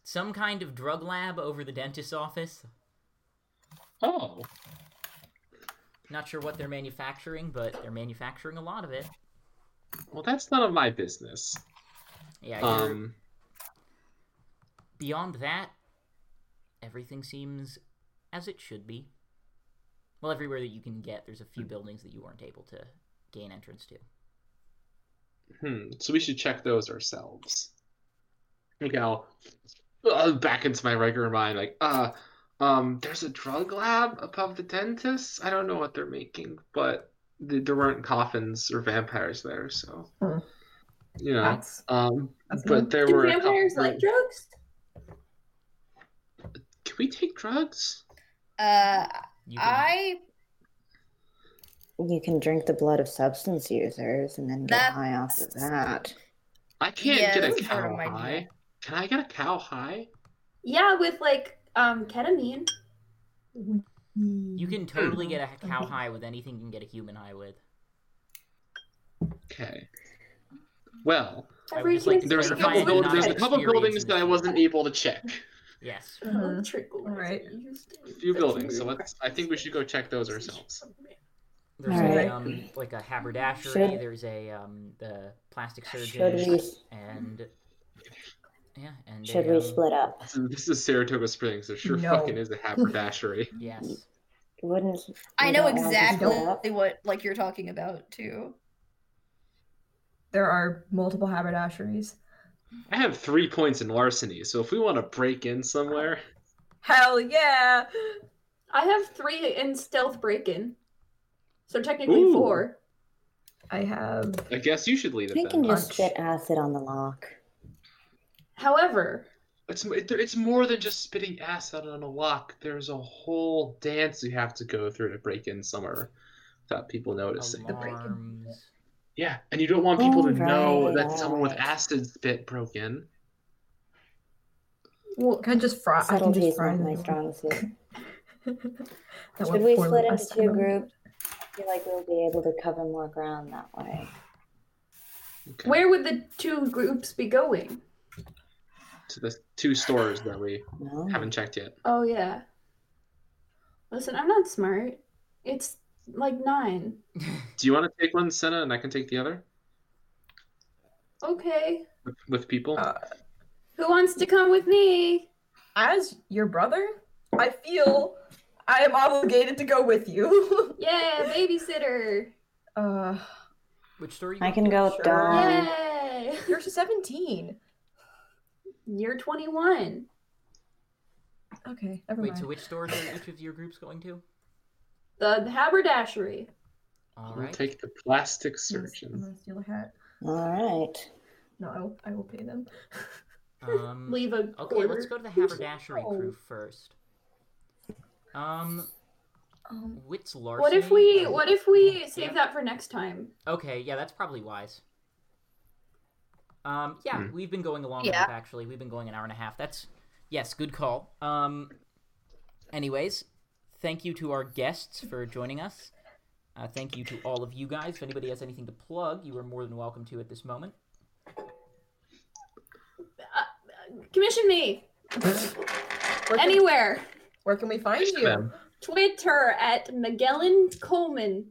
A: some kind of drug lab over the dentist's office?
F: Oh.
A: Not sure what they're manufacturing, but they're manufacturing a lot of it.
F: Well, that's none of my business.
A: Yeah. you're-
F: Um,
A: beyond that, everything seems as it should be. Well, everywhere that you can get, there's a few buildings that you weren't able to gain entrance to.
F: hmm. So we should check those ourselves. Okay, I'll uh, back into my regular mind. Like, uh, um, there's a drug lab above the dentist. I don't know what they're making, but th- there weren't coffins or vampires there, so
C: Hmm.
F: you know.
C: That's,
F: Um,
C: that's
F: but there
B: Do
F: were. a couple-
B: vampires like drugs?
F: Can we take drugs?
E: Uh,
A: You can,
E: I
D: You can drink the blood of substance users and then get
E: That's-
D: high off of that.
F: I can't
E: Yeah,
F: get a
E: that's part of
F: cow
E: my deal.
F: high. Can I get a cow high?
B: Yeah, with like um ketamine.
A: you can totally get
D: Hmm.
A: a cow high with anything you can get a human high with.
F: Okay. Well,
A: I would just like to
F: there's a
A: clarify
F: couple
A: I did
F: build-
A: not
F: there's a
A: have
F: couple
A: experience
F: buildings
A: in
F: that I
A: this.
F: wasn't able to check.
A: Yes.
B: Uh-huh.
C: Mhm.
B: Trickle.
C: Right.
F: A few buildings, so let's. I think we should go check those ourselves.
A: There's
D: Alright.
A: a, um, like a haberdashery.
D: Should-
A: There's a um, the plastic
D: Should
A: surgeon
D: we
A: and yeah, and
D: should
A: a,
D: we
A: um,
D: split up?
F: So This is Saratoga Springs. There sure
C: No.
F: fucking is a haberdashery.
A: Yes,
D: Wouldn't
E: I
D: we
E: know
D: don't want to split up?
E: exactly what like you're talking about too.
C: There are multiple haberdasheries.
F: I have three points in larceny, so if we want to break in somewhere,
C: Hell yeah!
B: I have three in stealth break-in, so technically
F: Ooh.
B: four.
C: I have.
F: I guess you should lead
D: We
F: it
D: can
F: then.
D: just
C: Lunch.
D: spit acid on the lock.
B: However,
F: It's it- it's more than just spitting acid on a lock. There's a whole dance you have to go through to break in somewhere without people
A: Oh
F: noticing.
A: alarms.
F: Yeah, and you don't want people
D: Oh,
F: to know
D: right,
F: that someone with
D: right.
F: acid spit broke in.
C: Well, can I just fry? I can
D: Subtlety's
C: just fry
D: not my
C: them.
D: strong suit.
C: That
D: Should
C: went poorly
D: we split into
C: last
D: two
C: time.
D: groups? I feel like we'll be able to cover more ground that way.
F: Okay.
B: where would the two groups be going?
F: To the two stores that we
D: No?
F: haven't checked yet.
B: Oh yeah. Listen, I'm not smart. It's like nine.
F: Do you want to take one, Senna, and I can take the other
B: Okay.
F: with, with people?
C: Uh,
B: Who wants to come with me?
C: As your brother, I feel I am obligated to go with you.
B: Yeah, babysitter.
C: uh,
A: Which story?
D: I can go with Dawn.
B: Yay.
C: you're 17.
B: You're 21.
C: Okay, never
A: Wait,
C: mind.
A: so which stores are each of your groups going to?
B: The, the haberdashery.
A: All
F: We'll
A: right.
F: take the plastic
C: I'm gonna- I'm
F: surgeon.
C: gonna steal a hat.
D: All right.
C: No, I will, I will pay them.
A: Um,
B: Leave a
A: okay, let's
B: quarter.
A: go to the haberdashery
C: Oh.
A: crew first. Um,
C: Um,
A: wits larceny.
B: What if we
A: and-
B: what if we save
A: Yeah.
B: that for next time?
A: Okay, yeah, that's probably wise. Um, yeah,
F: Hmm.
A: we've been going a long
E: Yeah.
A: enough, actually. We've been going an hour and a half. That's, yes, good call. Um, anyways, thank you to our guests for joining us. Uh, thank you to all of you guys. If anybody has anything to plug, you are more than welcome to at this moment.
B: Commission me
C: where, can,
B: anywhere.
C: where can we find you?
F: Them.
B: Twitter at Magellan Coleman.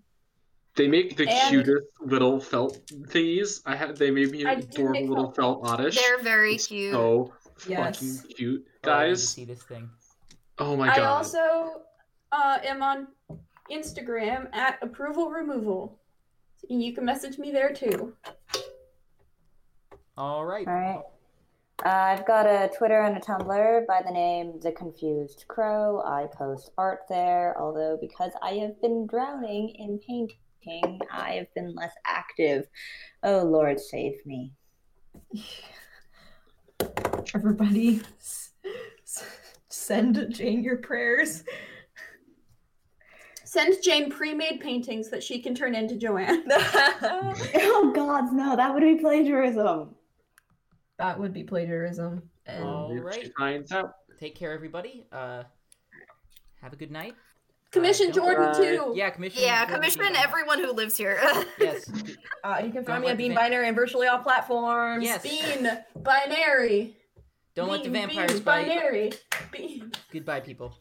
F: They make the
B: And-
F: cutest little felt thingies. I have. They made me
B: I
F: an
B: did make
F: adorable little felt oddish.
E: They're very
F: It's
E: cute.
F: So
C: Yes.
F: fucking cute,
A: Oh, I need to
F: guys.
A: see this thing.
F: Oh my god.
B: I also uh, am on Instagram at approval removal. You can message me there too.
A: All right.
D: All right. Uh, I've got a Twitter and a Tumblr by the name The Confused Crow. I post art there, although because I have been drowning in painting, I have been less active. Oh, Lord, save me.
C: Everybody, s- s- send Jane your prayers.
B: Send Jane pre-made paintings that she can turn into Joanne.
C: that
D: Oh, God, no, that would be plagiarism.
C: would be plagiarism.
F: Oh,
C: And
A: All
F: If she
A: right.
F: finds out.
A: Take care, everybody. Uh, have a good night.
B: Commission
A: don't-
B: Jordan
D: uh,
B: too.
A: Yeah, commission.
E: Yeah,
A: Jordan
E: commission
A: Peterson.
E: everyone who lives here.
A: Yes.
C: uh, you can find me
A: let
C: at
A: the
C: Bean
A: va-
C: Binary and virtually all platforms.
A: Yes.
B: Bean binary.
A: Don't let the
B: Bean,
A: vampires
B: bean,
A: bite.
B: Binary. Bean.
A: Goodbye, people.